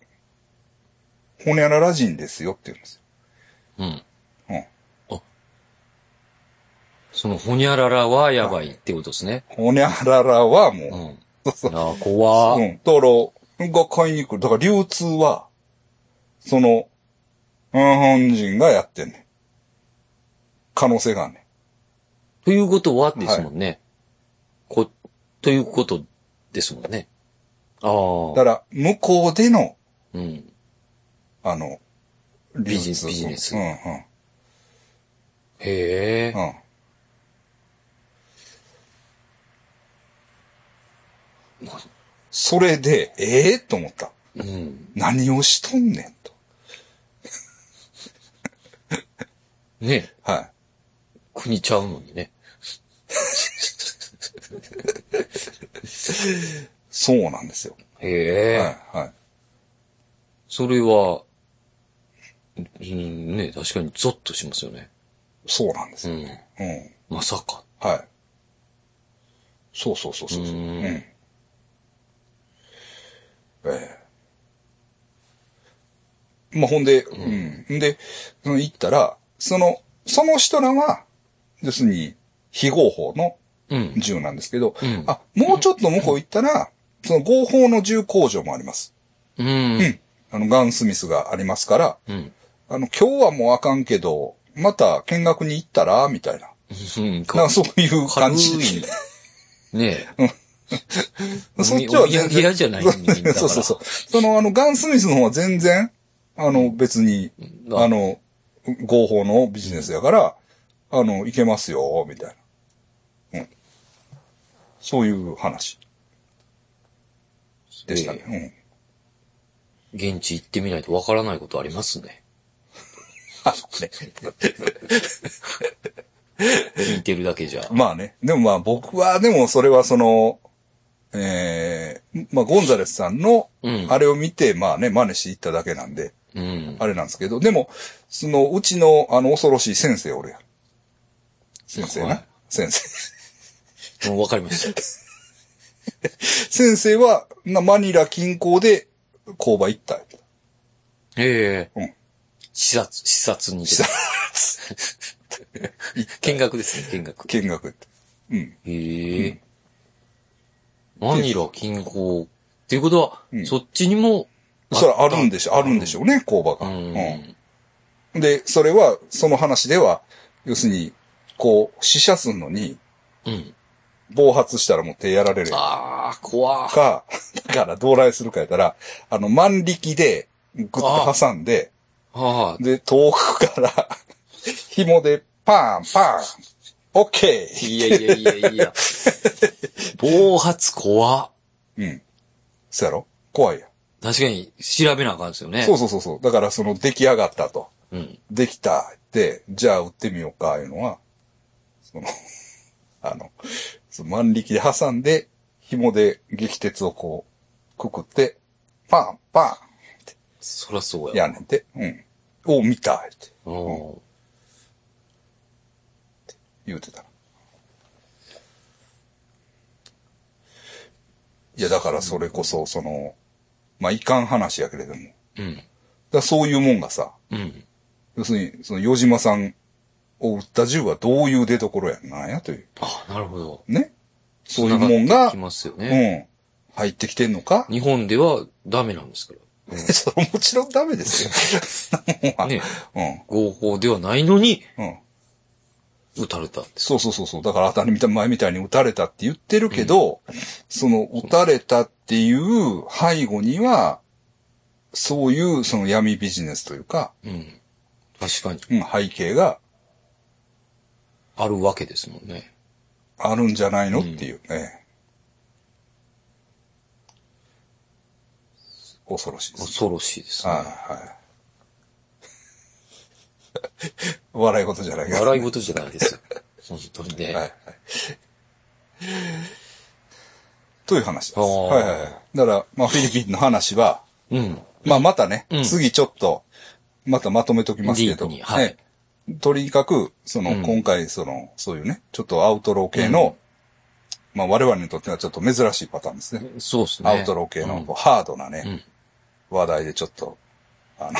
S1: ほにゃらら人ですよって言うんです
S2: え。うん。
S1: よ。うん。
S2: その、ほにゃららはやばいってことですね。
S1: ほにゃららはもう、
S2: うん。
S1: そうそう。
S2: なあ、怖
S1: うん。だから、が買いに来る。だから流通は、その、日本人がやってんねん可能性があんね
S2: ということはですもんね。こ、ということですもんね。あ
S1: ん。
S2: あ。
S1: だから、向こうでの、
S2: うん。
S1: あの、
S2: ビジネスビジネス
S1: うん、うん、
S2: へえ。
S1: うん。それで、ええと思った。
S2: うん。
S1: 何をしとんねんと。
S2: ね
S1: はい。
S2: 国ちゃうのにね。
S1: そうなんですよ。
S2: へえ。
S1: はい、はい。
S2: それは、うん、ね確かにゾッとしますよね。
S1: そうなんです
S2: う
S1: よ。
S2: ん。
S1: うん
S2: まさか。
S1: はい。そうそうそうそうそう。
S2: う
S1: うんん。ええ。まあ、ほんで、うん。ん、で、その行ったら、その、その人らは、要するに、非合法の
S2: うん。
S1: 銃なんですけど、
S2: うん
S1: あ、もうちょっと向こう行ったら、その合法の銃工場もあります。
S2: うん。
S1: うん。あの、ガンスミスがありますから、
S2: うん。
S1: あの、今日はもうあかんけど、また見学に行ったら、みたいな。
S2: うん。
S1: なんかそういう感じ。
S2: 軽いねえ。
S1: そっちは
S2: 嫌
S1: 全然
S2: 嫌じゃないんだから。
S1: そうそうそう。その、あの、ガン・スミスの方は全然、あの、別に、
S2: うん
S1: あの、合法のビジネスやから、あの、いけますよ、みたいな。うん。そういう話でした
S2: え
S1: ね。
S2: え現地行ってみないとわからないことありますね。
S1: うん。あ、そうね。
S2: 聞いてるだけじゃ。
S1: まあね。でもまあ僕は、でもそれはその、ええまあゴンザレスさんの
S2: うん、
S1: あれを見て、まあね、真似していっただけなんで、
S2: うん。
S1: あれなんですけど、でも、その、うちの、あの、恐ろしい先生おるやん。先生
S2: はい
S1: な。先生。
S2: もうわかりました。
S1: 先生は、なマニラ近郊で、工場行った。
S2: ええ
S1: うん
S2: 視察、視察に。
S1: 視察
S2: 見学ですね、見学。
S1: 見学って。うん。
S2: へえ。マニラ近郊。っていうことは、
S1: うん
S2: そっちにも、
S1: それはあるんでしょ、あるんでしょうね、工場
S2: う
S1: が。
S2: ん。
S1: うんで、それは、その話では、要するに、こう、死者すんのに、
S2: うん。
S1: 暴発したらもう手やられるやん。
S2: ああ、怖ー
S1: か、 だから、どう来するかやったら、あの、万力で、ぐっと挟んで、
S2: はあ。
S1: で、遠くから、 紐で、パン、パン、オッケー
S2: いやいやいやいや。暴発怖っ
S1: うん。そうやろ怖いやん
S2: 確かに、調べなあかんですよね。
S1: そうそうそうそう。だから、その、出来上がったと。
S2: うん。
S1: できたって、じゃあ売ってみようか、いうのは、その、 あの、その万力で挟んで、紐で激鉄をこう、くくって、パン、パ
S2: そらそう
S1: ン、
S2: や。
S1: やねんて、うん。お、見たって
S2: うん。
S1: 言うてたな。いや、だからそれこそ、その、まあ、いかん話やけれども。だか
S2: うん。
S1: らそういうもんがさ、
S2: うん。
S1: 要するに、その、余島さんを撃った銃はどういう出所やんなんやという。
S2: あ、なるほど。
S1: ね。そういうもんが、
S2: きますよ
S1: う
S2: ね。
S1: ん。入ってきてんのか、
S2: 日本ではダメなんですか
S1: それもちろんダメですよ。
S2: ら。ね。
S1: うん。
S2: 合法ではないのに、
S1: うん。
S2: 撃たれたんです。
S1: そうそうそうそう。だから当たりみた前みたいに撃たれたって言ってるけど、その撃たれたっていう背後には、そういうその闇ビジネスというか、
S2: うん。確かに。
S1: うん、背景が
S2: あるわけですもんね。
S1: あるんじゃないのっていうね。恐ろしいです。
S2: 恐ろしいです
S1: はい
S2: ね。
S1: はい。笑い事じゃないけど。
S2: 笑い事じゃないですよ。 本当にね。
S1: はい。 という話です。
S2: あー
S1: はいはいはい。だから、まあ、フィリピンの話は、
S2: うん。
S1: まあ、またね、
S2: うん
S1: 次ちょっと、またまとめときますけ
S2: ディープ
S1: ど、
S2: にはい
S1: ねとにかく、その、
S2: うん
S1: 今回、その、そういうね、ちょっとアウトロー系の、まあ、我々にとってはちょっと珍しいパターンですね。
S2: そうですね。
S1: アウトロー系のこうハードなね、
S2: うん。うん。
S1: 話題でちょっと、あの、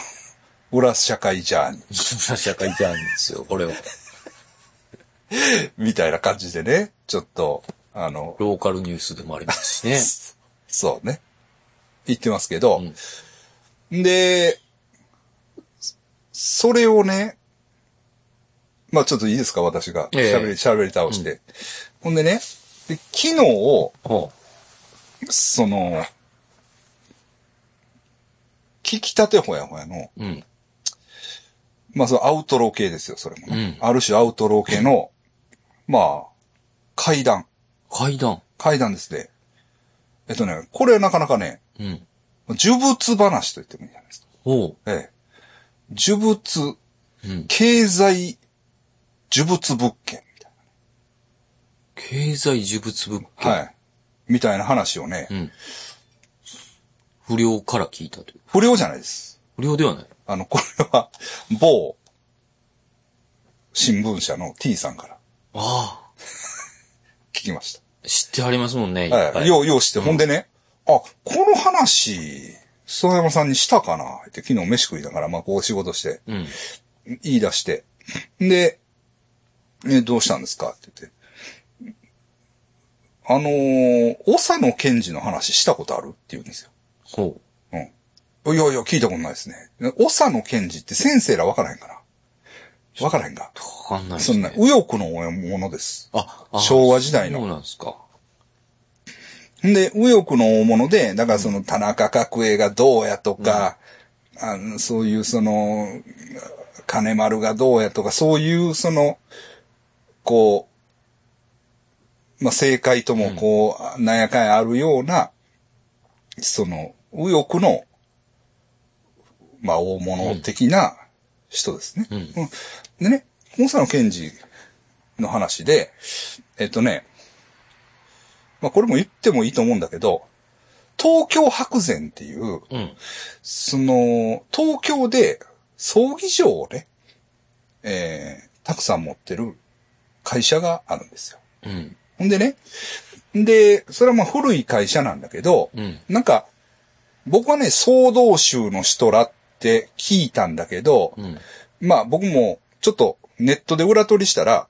S1: 裏社会ジャーニー
S2: 社会じゃんですよ、これは。
S1: みたいな感じでね、ちょっと、あの、
S2: ローカルニュースでもあります しね。
S1: そうね。言ってますけど、
S2: うん
S1: で、そそれをね、まあちょっといいですか、私が。
S2: ええ
S1: 喋り、喋り倒して。ほんでね、で昨日、
S2: ほ
S1: その、聞きたてほやほやの、
S2: う。うん。
S1: まあそのアウトロー系ですよ、それもね、
S2: う
S1: ある種アウトロー系の、まあ、階段。
S2: 階段。
S1: 階段ですね。えっとね、これなかなかね、
S2: うん。
S1: 呪物話と言ってもいいんじゃないですか。
S2: ほ
S1: ええ。呪物、
S2: う。うん。
S1: 経済、呪物物件みたい
S2: 経済呪物物
S1: な。
S2: 件。
S1: はい。みたいな話をね、
S2: うん。不良から聞いたという。
S1: 不良じゃないです。
S2: 不良ではない。
S1: あの、これは、某、新聞社の T さんから
S2: ああ。
S1: 聞きまし。
S2: 知ってはりますもんね。いったぱい
S1: はい。よう、ようして、ほんでね、あ、この話、諏訪山さんにしたかなって昨日飯食いながら、まあ、こう仕事して、
S2: うん。
S1: 言い出して。で、えどうしたんですかって言って。あのー、長野賢治の話したことあるって言うんですよ。
S2: ほ
S1: うん。いやいや、聞いたことないですね。長野賢治って先生らわからへんかなわからへんか。
S2: う。わかんないです
S1: そん
S2: ね。
S1: な、右翼のものです。
S2: あ、あ
S1: 昭和時代の
S2: そうなんですか。
S1: んで、右翼の大物で、だからその田中角栄がどうやとか、あのそういうその、金丸がどうやとか、そういうその、こう、まあ、正解ともこう、なんやかんやあるような、その、右翼の、まあ、大物的な人ですね。
S2: うん
S1: うんでね、大沢健二の話で、えっとね、まあ、これも言ってもいいと思うんだけど、東京白善っていう、
S2: うん。
S1: その、東京で葬儀場をね、えー、たくさん持ってる会社があるんですよ。
S2: うん。
S1: ほんでね、で、それはまあ古い会社なんだけど、
S2: うん。
S1: なんか、僕はね、総動衆の人らって聞いたんだけど、
S2: うん。
S1: まあ僕もちょっとネットで裏取りしたら、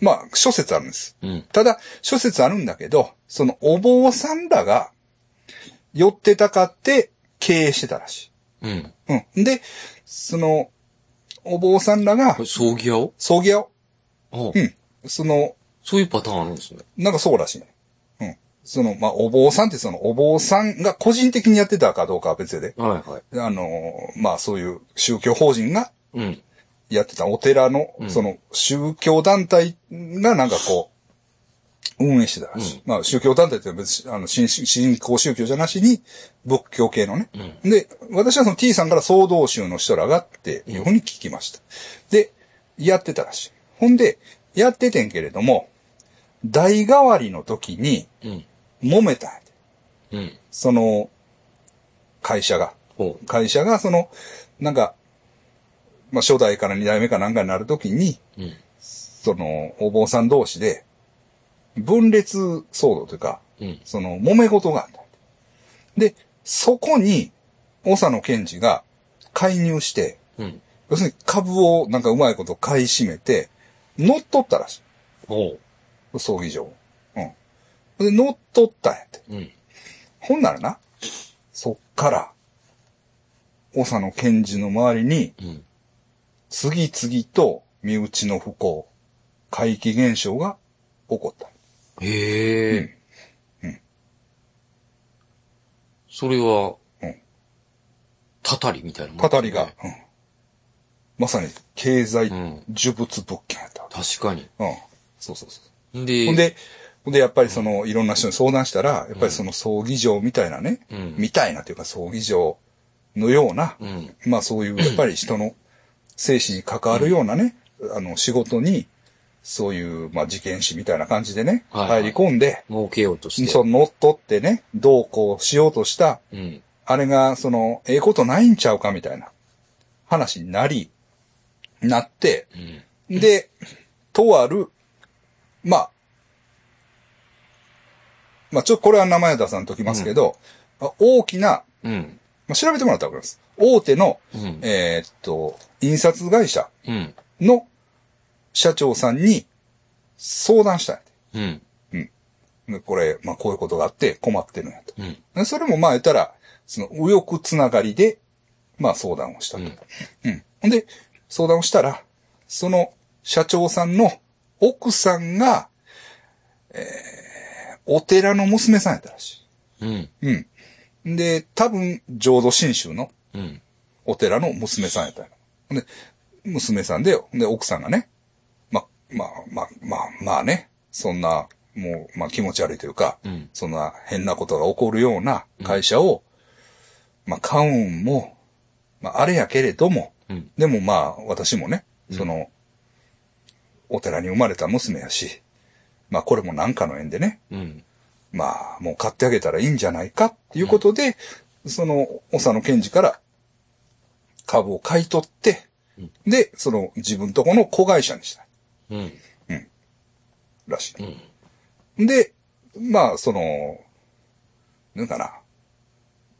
S1: まあ諸説あるんです。
S2: うん。
S1: ただ、諸説あるんだけど、そのお坊さんらが寄ってたかって経営してたらし
S2: うん。
S1: い。うん。で、その、お坊さんらが
S2: これ、葬儀屋を
S1: 葬儀屋を、
S2: ああ
S1: うん。その、
S2: そういうパターンあるんですね。
S1: なんかそうらしいね。うん。その、まあ、お坊さんってその、お坊さんが個人的にやってたかどうかは別で、
S2: はいはい。
S1: あのーまあ、そういう宗教法人が
S2: うん。
S1: やってたお寺の
S2: う、ん
S1: その宗教団体がなんかこ運営してたらしい。まあ、宗教団体っていうのは別に、あの、信信仰宗教じゃなしに、仏教系のね。で、私はその T さんから総道宗の人らがっていうふうに聞きました。で、やってたらしい。ほんで、やっててんけれども、代替わりの時に、
S2: うん。
S1: 揉めたんやて
S2: うん。
S1: その、会社が。
S2: ほ
S1: 会社が、その、なんか、まあ、初代から二代目かなんかになるときに、
S2: う。うん。
S1: その、お坊さん同士で、分裂騒動というか、
S2: うん。
S1: その、揉め事があった。で、そこに、長野賢治が介入して、
S2: うん。
S1: 要するに株をなんかうまいこと買い占めて、乗っ取ったらし
S2: ほう。
S1: い。葬儀場を。うん。で、乗っ取ったんやって。
S2: うん。
S1: ほんならな、そっから、長野賢治の周りに、
S2: うん。
S1: 次々と身内の不幸、怪奇現象が起こった。
S2: へえ。
S1: うん
S2: それは、
S1: うん
S2: たたりみたいなもん
S1: たたりが、うんまさに経済
S2: うん
S1: 呪物物件やったわけ。
S2: 確かに。
S1: うん。そうそうそう。
S2: で、
S1: ほんで、ほんで、やっぱりその、いろんな人に相談したら、やっぱりその葬儀場みたいなね、
S2: うん
S1: みたいなというか葬儀場のような、
S2: うん。
S1: まあそういう、やっぱり人の生死に関わるようなね、あの、仕事に、そういう、まあ事件史みたいな感じでね、
S2: はいは
S1: 入
S2: い
S1: り込んで、
S2: 儲けようとして。
S1: その乗っ取ってね、どうこうしようとした、
S2: うん。
S1: あれが、その、ええことないんちゃうかみたいな話になり、なって、
S2: うん。
S1: で、とある、まあ、まあ、ちょ、これは名前は出さんときますけど、あ大きな、
S2: うん。
S1: まあ、調べてもらったらわかります。大手の、
S2: うん。
S1: えーっと、印刷会社
S2: うん。
S1: の社長さんに相談したんや
S2: うん。
S1: てでこれ、まあ、こういうことがあって困ってるんやと。
S2: うん。
S1: でそれもまあ言ったら、その右翼つながりで、まあ相談をしたと。
S2: うん
S1: うん。ほんで、相談をしたら、その社長さんの奥さんが、えー、お寺の娘さんやったらし
S2: うん。
S1: い。うん。で、多分、浄土真宗の
S2: うん。
S1: お寺の娘さんやったんやほんで、娘さんで、ほんで、奥さんがね、ま、まあ、まあ、まあ、まあね、そんな、もう、まあ気持ち悪いというか、
S2: うん。
S1: そんな変なことが起こるような会社を、まあ、カウンも、まあ、あれやけれども、
S2: うん。
S1: でもまあ、私もね、その、お寺に生まれた娘やし、まあ、これもなんかの縁でね、
S2: うん。
S1: まあ、もう買ってあげたらいいんじゃないかっていうことで、その、長野賢治から株を買い取って、で、その、自分とこの子会社にした
S2: うん。
S1: らしい。
S2: うん。
S1: で、まあ、その、なんかな。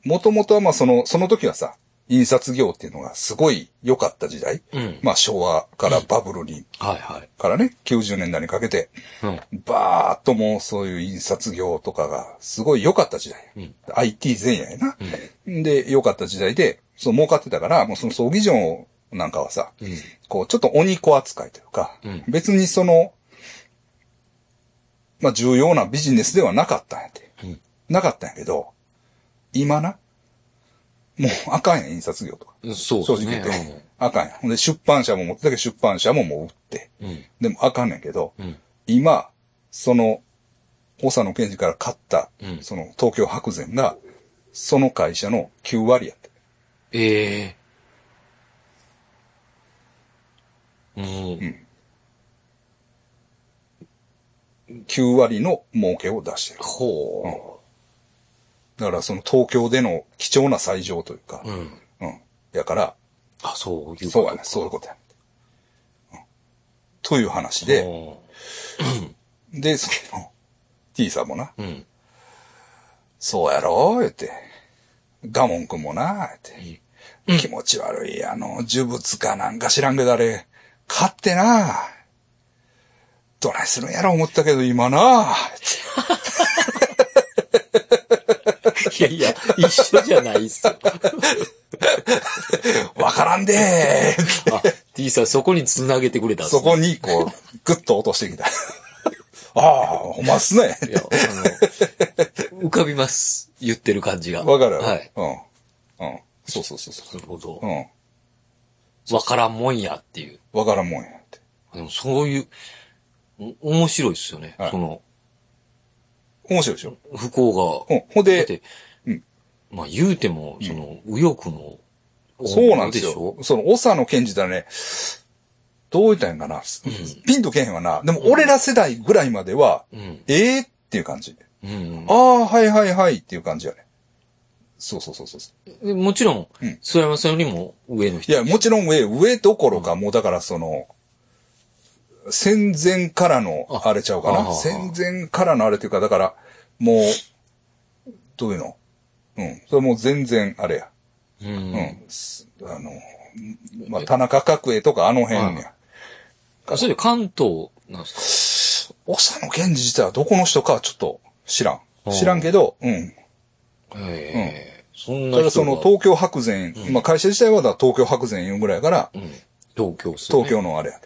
S1: もともとはまあその、その時はさ、印刷業っていうのがすごい良かった時代。
S2: うん。
S1: まあ昭和からバブルに、
S2: はいはい。
S1: からね、90年代にかけて、
S2: うん。
S1: バーっともうそういう印刷業とかがすごい良かった時代。
S2: うん。
S1: IT 前夜やな。で、良かった時代で、そう儲かってたから、もうその葬儀場なんかはさ、
S2: うん。
S1: こう、ちょっと鬼子扱いというか、
S2: うん
S1: 別にその、まあ、重要なビジネスではなかったんやて。
S2: うん
S1: なかったんやけど、今な、もうあかんやん、印刷業とか。
S2: うん。そう
S1: 正
S2: です
S1: 直言
S2: ね
S1: って。。あかんやん。ほんで、出版社も持ってたけど、出版社ももう売って。
S2: うん。うん。
S1: でもあかんねんけど、
S2: うん。
S1: 今、その、長野健治から買った、
S2: うん
S1: その東京白善が、その会社の9割やって。
S2: ええうん。
S1: 9割の儲けを出してる。
S2: ほ
S1: だからその東京での貴重な最上というか
S2: う。、うん。
S1: うん。やから、
S2: あ、そういうこと
S1: そうやね、そういうことやね。うんという話で、
S2: で、
S1: で、その、T さんもな、
S2: うん。
S1: そうやろ言って、ガモン君もな、言って、気持ち悪い、あの、呪物かなんか知らんけどあれ、買ってな、どないするんやろ思ったけど今な、
S2: いやいや、一緒じゃないっすよ。
S1: 言ってわからん でー
S2: あ、T さんそこに繋げてくれたんです
S1: そ
S2: ね
S1: こに、こう、ぐっと落としてきた。 ああ、ほんまっすね。
S2: いや、あ の、浮かびます。言ってる感じが。
S1: わかる
S2: はい。。
S1: うん。うん。そうそうそうそ
S2: なるほど
S1: う。う。ん。
S2: わからんもんやっていう。
S1: わからんもんやって。
S2: でもそういう、お面白いっすよね。
S1: はい
S2: その、
S1: 面白いでしょ。
S2: 不幸
S1: う
S2: が。
S1: ん。ほん
S2: だっ
S1: で、
S2: て、
S1: うん
S2: まあ言うても、その、右翼の、
S1: そうなんです
S2: し
S1: よ。
S2: ょ
S1: その、長野健二だね、どう言ったんやんかな。ピンとけへんわな。でも、俺ら世代ぐらいまでは、
S2: うん。
S1: ええー、っていう感じ。
S2: うん
S1: あ。あ、はいはいはいっていう感じやね。そうそうそうそう。
S2: でもちろん
S1: うん、
S2: 諏山さんよりも上の
S1: い
S2: 人。
S1: や、もちろん上、上どころか、もうだからその、戦前からの
S2: あ
S1: あれちゃうか
S2: あ
S1: な。
S2: あ
S1: 戦前からのあれというか、だから、もう、どういうのうん。それもう全然あれや。
S2: う。
S1: うんん。すあの、まあ、田中角栄とかあの辺や。
S2: あそれで関東なんです
S1: 長野源氏自体はどこの人かはちょっと知ら
S2: あ
S1: ん。知らんけど、うん。
S2: かええ。そん
S1: ただ
S2: な
S1: そ
S2: 人
S1: の
S2: が、
S1: 東京白善、まあ会社自体はだから東京白善いうぐらいやから、
S2: うん東京っすよね
S1: 東京のあれや。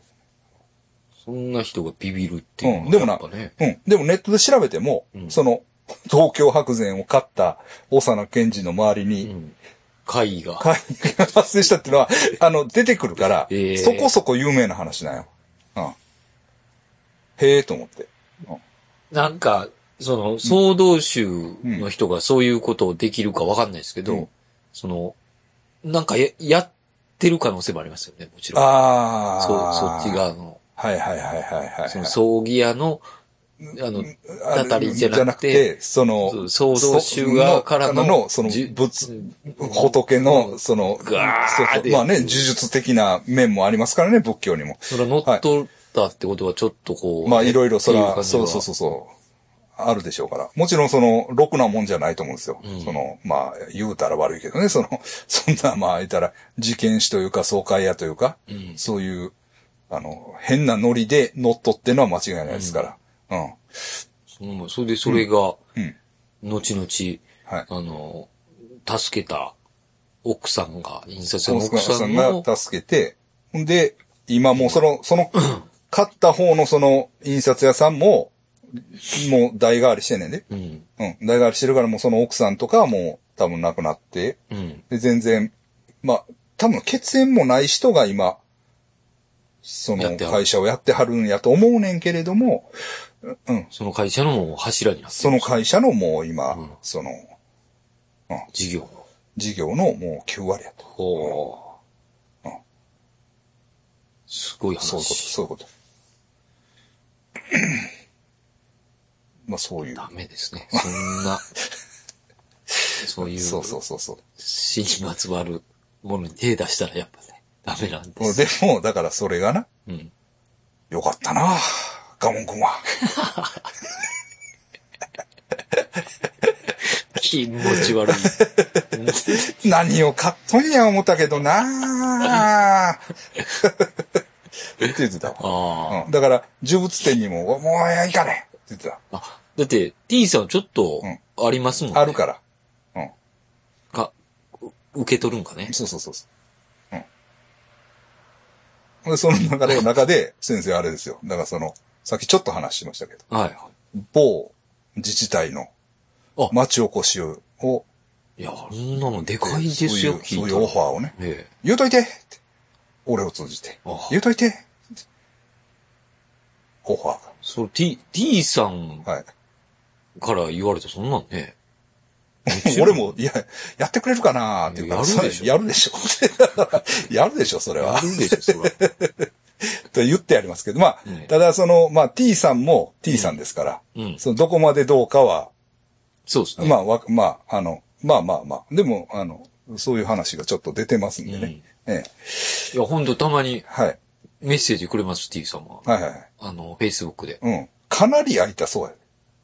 S2: そんな人がビビるってい
S1: う
S2: う
S1: ん、
S2: の
S1: で
S2: は
S1: も
S2: や
S1: な
S2: っぱ、ね。
S1: うん、でもネットで調べても、
S2: うん
S1: その、東京白善を勝った、長野健治の周り
S2: う
S1: に、
S2: ん。会議が。
S1: 会議が発生したっていうのは、あの、出てくるから、
S2: ええ
S1: そこそこ有名な話なんよ。うん。へえと思って。
S2: なんか、その、総動衆の人がそういうことをできるかわかんないですけど、
S1: うん
S2: その、なんかややってる可能性もありますよね、もちろん。
S1: ああ。
S2: そそっち。側の、
S1: はいはいはいはいはい。
S2: その葬儀屋の、あの、
S1: あ
S2: たりじゃなくて
S1: その、
S2: そう総動衆側からの、
S1: その、その
S2: じゅ
S1: 仏、仏の、その、
S2: ガー
S1: そうそう
S2: で
S1: まあね、呪術的な面もありますからね、仏教にも。
S2: それ乗っ取ったってことはちょっとこう、
S1: まあいろいろそら、そうそう
S2: う。
S1: そうそう。あるでしょうから。もちろんその、ろくなもんじゃないと思うんですよ。
S2: うん
S1: その、まあ、言うたら悪いけどね、その、 そんな、まあ、言ったら、事件史というか、総会やというか、
S2: うん
S1: そういう、あの、変なノリで乗っ取ってのは間違いないですから。うん。
S2: そのそれでそれが、
S1: うん。
S2: 後々、
S1: はい。
S2: あの、助けた奥さんが、印刷
S1: 大
S2: の奥
S1: 塚
S2: さ
S1: さ
S2: ん
S1: ん
S2: の、
S1: が助けて、ほんで、今もうその、 その、買った方のその、印刷屋さんも、もう代替わりしてんねんで。
S2: うん、
S1: うん。代替わりしてるから、もうその奥さんとかはもう、多分亡くなって、
S2: うん、
S1: で、全然、まあ、多分血縁もない人が今、そ
S2: やっ
S1: の
S2: てはる
S1: 会社をやってはるんやと思うねんけれども、うん、
S2: その会社のもう柱になって
S1: その会社のもう今、
S2: うん
S1: その、
S2: 事業の。
S1: 事業のもう9割やと。
S2: ほう
S1: うん
S2: すごい話。
S1: そういうこと、そういうこと。 まあそういう。
S2: ダメで すね。そんな、そういう、
S1: そうそうそうそう。
S2: 死にまつわるものに手出したらやっぱね、ダメなんです。
S1: でも、だからそれがな、
S2: うん。
S1: よかったなガモン 君は。
S2: 気持ち 悪い。
S1: 何を買っとんや思ったけどなって言ってたわ。
S2: あ
S1: うんだから、呪物店にも、もう行かねえって言って
S2: ああ。だって、T さんちょっと
S1: うん、
S2: ありますもんね。
S1: た。あるから。うん。
S2: か、う受け取るんかね。
S1: そうそうそうそう。うん。で、その流れの中で、先生あれですよ。だからその、さっきちょっと話しましたけど、
S2: はいは
S1: 某自治体の
S2: あ
S1: 町おこしを、を
S2: い。いや、あんなのでかい
S1: そ
S2: で
S1: う
S2: す
S1: い
S2: よ、
S1: う、
S2: 聞い
S1: そう
S2: た
S1: い
S2: ら
S1: うオファーをね、
S2: え
S1: 言うといてって俺を通じて。
S2: え。あ
S1: 言うといてってオファー
S2: それ T、T さん
S1: が。はい。
S2: から言われたらそんなんね。
S1: 俺も、いや、 やってくれるかなーっていうから、
S2: やるでしょ
S1: それやるでしょ。 やるでしょ、それ
S2: あ
S1: は。
S2: るでしょ、それは。
S1: と言ってありますけど、まあ
S2: ええ、
S1: ただその、まあ、t さんも t さんですから、
S2: うん。
S1: その、どこまでどうかは、
S2: そうですね。
S1: まあ、わ、まあ、あの、まあまあまあ、でも、あの、そういう話がちょっと出てますんでね。ええ。
S2: いや、ほんとたまに
S1: はい。
S2: メッセージくれます、T さんは。
S1: はいはいはい。
S2: あの、Facebook で。
S1: うん。かなり空いたそうや。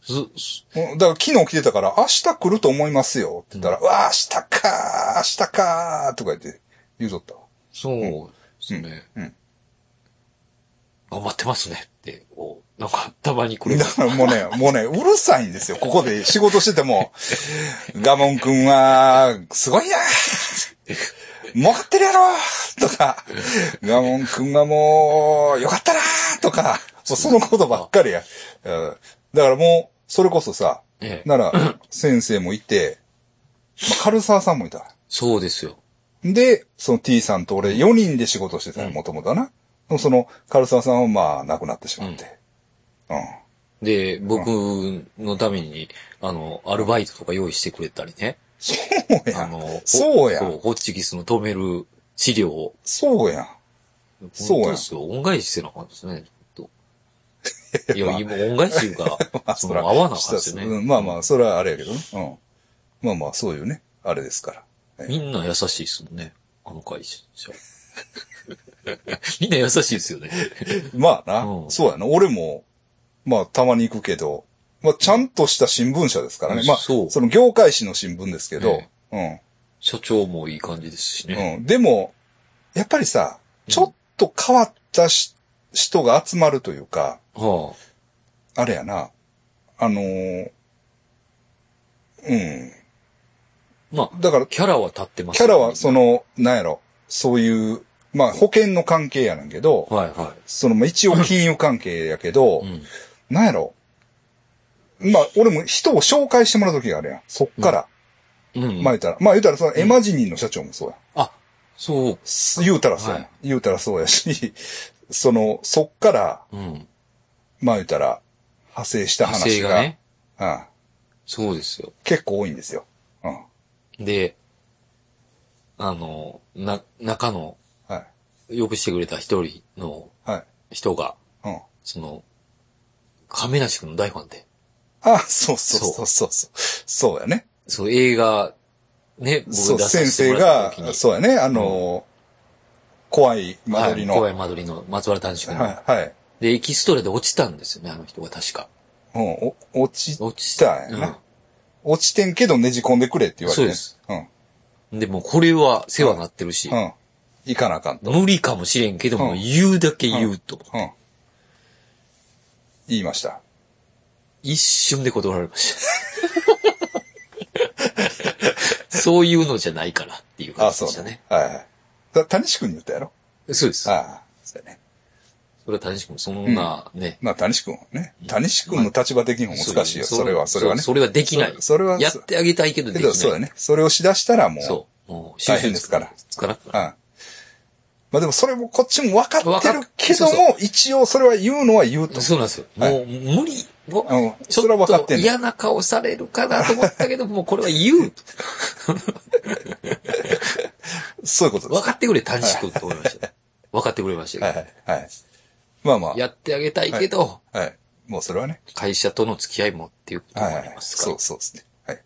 S2: す、す、
S1: うんだから昨日来てたから、明日来ると思いますよって言ったら、うわあ、明日かー、明日かーとか言って言うとったわ。
S2: そうですね。
S1: うんうん
S2: 頑張ってますねって、こうなんか、たまにくれま
S1: だ
S2: す。
S1: からもうね、もうね、うるさいんですよ。ここで仕事してても、ガモン君は、すごいな儲かってるやろとか、ガモン君はもう、よかったなとか、もうそのことばっかりや。うんだからもう、それこそさ、
S2: ええ。
S1: なら、先生もいて、まあ、カルサーさんもいた。
S2: そうですよ。
S1: で、その T さんと俺4人で仕事してたよ、もともとな。でもその、カルサーさんはまあ、亡くなってしまって。うん。
S2: で、僕のために、あの、アルバイトとか用意してくれたりね。
S1: そうや
S2: あの、ほ
S1: そうや
S2: ホッチキスの止める資料を。
S1: そうやそうや
S2: 本当ですよ。恩返ししてなあかったですね、ちょ っと。いや、今恩返しいうか
S1: まあ、
S2: ら、そ
S1: そ
S2: の
S1: ら、
S2: 合わなあかったですよ
S1: う
S2: ね。
S1: んまあまあ、それはあれやけどね。うん。まあまあ、そういうね、あれですから。
S2: みんな優しいですもんね。あの会社。 みんな優しいですよね。
S1: まあな、
S2: うん
S1: そうやな。俺も、まあ、たまに行くけど、まあ、ちゃんとした新聞社ですからね。まあ、
S2: そう
S1: の業界紙の新聞ですけど、
S2: 所長もいい感じですし
S1: う
S2: ね。
S1: ん。うん。でも、やっぱりさ、ちょっと変わったし、人が集まるというか、
S2: は
S1: あれやな、あのーうん。
S2: あ、まあ、
S1: だから、
S2: キャラは立ってます
S1: キャラは、そ、の、なんやろ、そういう、まあ、保険の関係やねんけど、
S2: はいは
S1: その、まあ、一応金融関係やけど、
S2: い。うん。
S1: なんやろ。まあ、俺も人を紹介してもらう時があるやん。そっから。
S2: うん。
S1: まあ言ったら、まあ言ったら、そのエマジニーの社長もそうや。
S2: あ、そう。
S1: 言うたらそうや。
S2: はい
S1: 言うたらそうやし、その、そっから、
S2: うん。
S1: まあ言ったら、派生した
S2: 派
S1: 話
S2: 生
S1: が
S2: がね。
S1: うん、
S2: そうですよ。
S1: 結構多いんですよ。うん。
S2: で、あの、な、中の、
S1: はい。
S2: よくしてくれた一人の
S1: はい。
S2: 人が、
S1: うん。
S2: その、亀梨君の大ファンで、
S1: あ、そうそうそうそうそう。そうやね。
S2: そう、映画、ね、僕
S1: そう、
S2: 出さ
S1: 先
S2: せて
S1: 生
S2: もらった
S1: が
S2: 時に、、
S1: そうやね。あの、怖い間
S2: はい
S1: 取りの。
S2: 怖
S1: はい
S2: 間取りの松原丹
S1: い。
S2: 志君の、
S1: はい。
S2: で、エキストラで落ちたんですよね、あの人が確か。
S1: うん。お落ち、
S2: 落ち
S1: たんやな落ちてんけどねじ込んでくれって言われてね。
S2: そう
S1: うん。
S2: うん。で、もうこれは世話になってるし、
S1: うん。行かなあかんと。
S2: 無理かもしれんけども、
S1: うん
S2: 言うだけ言うと、
S1: うん。言いました。
S2: 一瞬で断られました。 そういうのじゃないからっていう
S1: あ
S2: 感じ
S1: そ
S2: で
S1: う
S2: したね。。
S1: はいはい。だ、谷志くんに言ったやろ
S2: そうです。
S1: ああ、そうやね。
S2: それは谷志君もそんなね、
S1: まあ、谷志くんはね。谷志くんの立場的にも難しいよ。それは、それはね。
S2: それはできない。
S1: そそれは
S2: やってあげたいけどで
S1: け
S2: きな
S1: ど、
S2: い。
S1: そうやね。それをしだしたらもう。
S2: そう。もう、
S1: 大変ですから
S2: つかなくな
S1: うん。まあでも、それもこっちも分かってるけど
S2: 分か
S1: も、一応それは言うのは言うと
S2: る。。そうなんですよ。
S1: はい
S2: もう、無理。もう
S1: うん。
S2: ち
S1: それ
S2: ょ
S1: は
S2: っ
S1: 分かっ
S2: と
S1: てんねん
S2: 嫌な顔されるかなと思ったけど、もうこれは 言う。
S1: そういうことで
S2: 分
S1: す。
S2: かってくれ、谷志君と思いました。分かってくれました
S1: は
S2: よ
S1: いはい。はい。まあま
S2: やってあげたいけど、
S1: あ。はい。もうそれはね。
S2: 会社との付き合いもっていうことも
S1: はい
S2: あ
S1: はい
S2: り
S1: はい。
S2: ますから。
S1: そうそうですね。はい。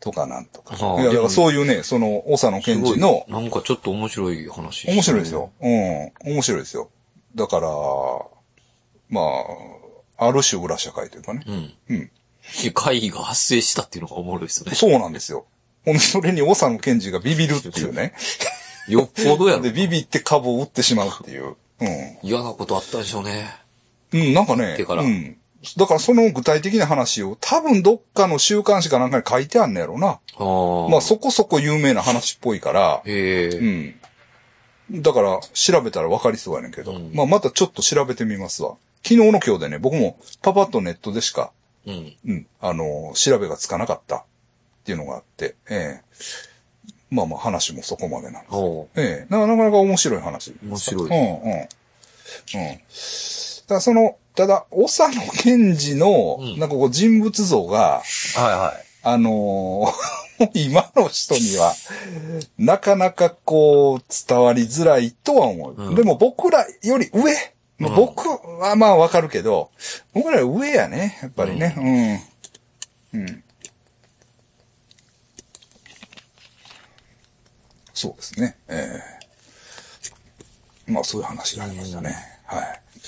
S1: とかなんとか。
S2: ああ
S1: いや、だ
S2: でも
S1: からそういうね、その、長野
S2: す
S1: 健
S2: ご
S1: 治
S2: い
S1: の、
S2: なんかちょっと面白い話。
S1: 面白いですよ。。うん。面白いですよ。だから、まあ、ある種裏社会というかね。
S2: うん。
S1: うん。
S2: 会議が発生したっていうのがおもろいですね。
S1: そうなんですよ。ほんで、それに長野健治がビビるっていうね。
S2: よっぽどやろ
S1: で、。ビビって株を売ってしまうっていう。うん。
S2: 嫌なことあったでしょうね。
S1: うん、なんかね。
S2: てから
S1: うん。だからその具体的な話を多分どっかの週刊誌かなんかに書いてあんねやろな。
S2: ああ。
S1: まあそこそこ有名な話っぽいから。
S2: へえ。
S1: うん。だから、調べたら分かりそうやねんけど。
S2: うん
S1: まあ、またちょっと調べてみますわ。昨日の今日でね、僕もパパッとネットでしか、
S2: うん。
S1: うん、あのー調べがつかなかったっていうのがあって、ええまあまあ話もそこまでなの。
S2: おう
S1: ええななかなか面白い話。
S2: 面白い
S1: うん、うん。うん。だからその、ただ、長野賢治の
S2: う、ん
S1: なんかこう人物像が、
S2: はいはい。
S1: あ のー今の人には、なかなかこう、伝わりづらいとは思う。
S2: うん
S1: でも僕らより上、まあ
S2: うん
S1: 僕はまあわかるけど、僕らより上やね、やっぱりね。うん。うん。そうですね。ええまあそういう話がありましたね。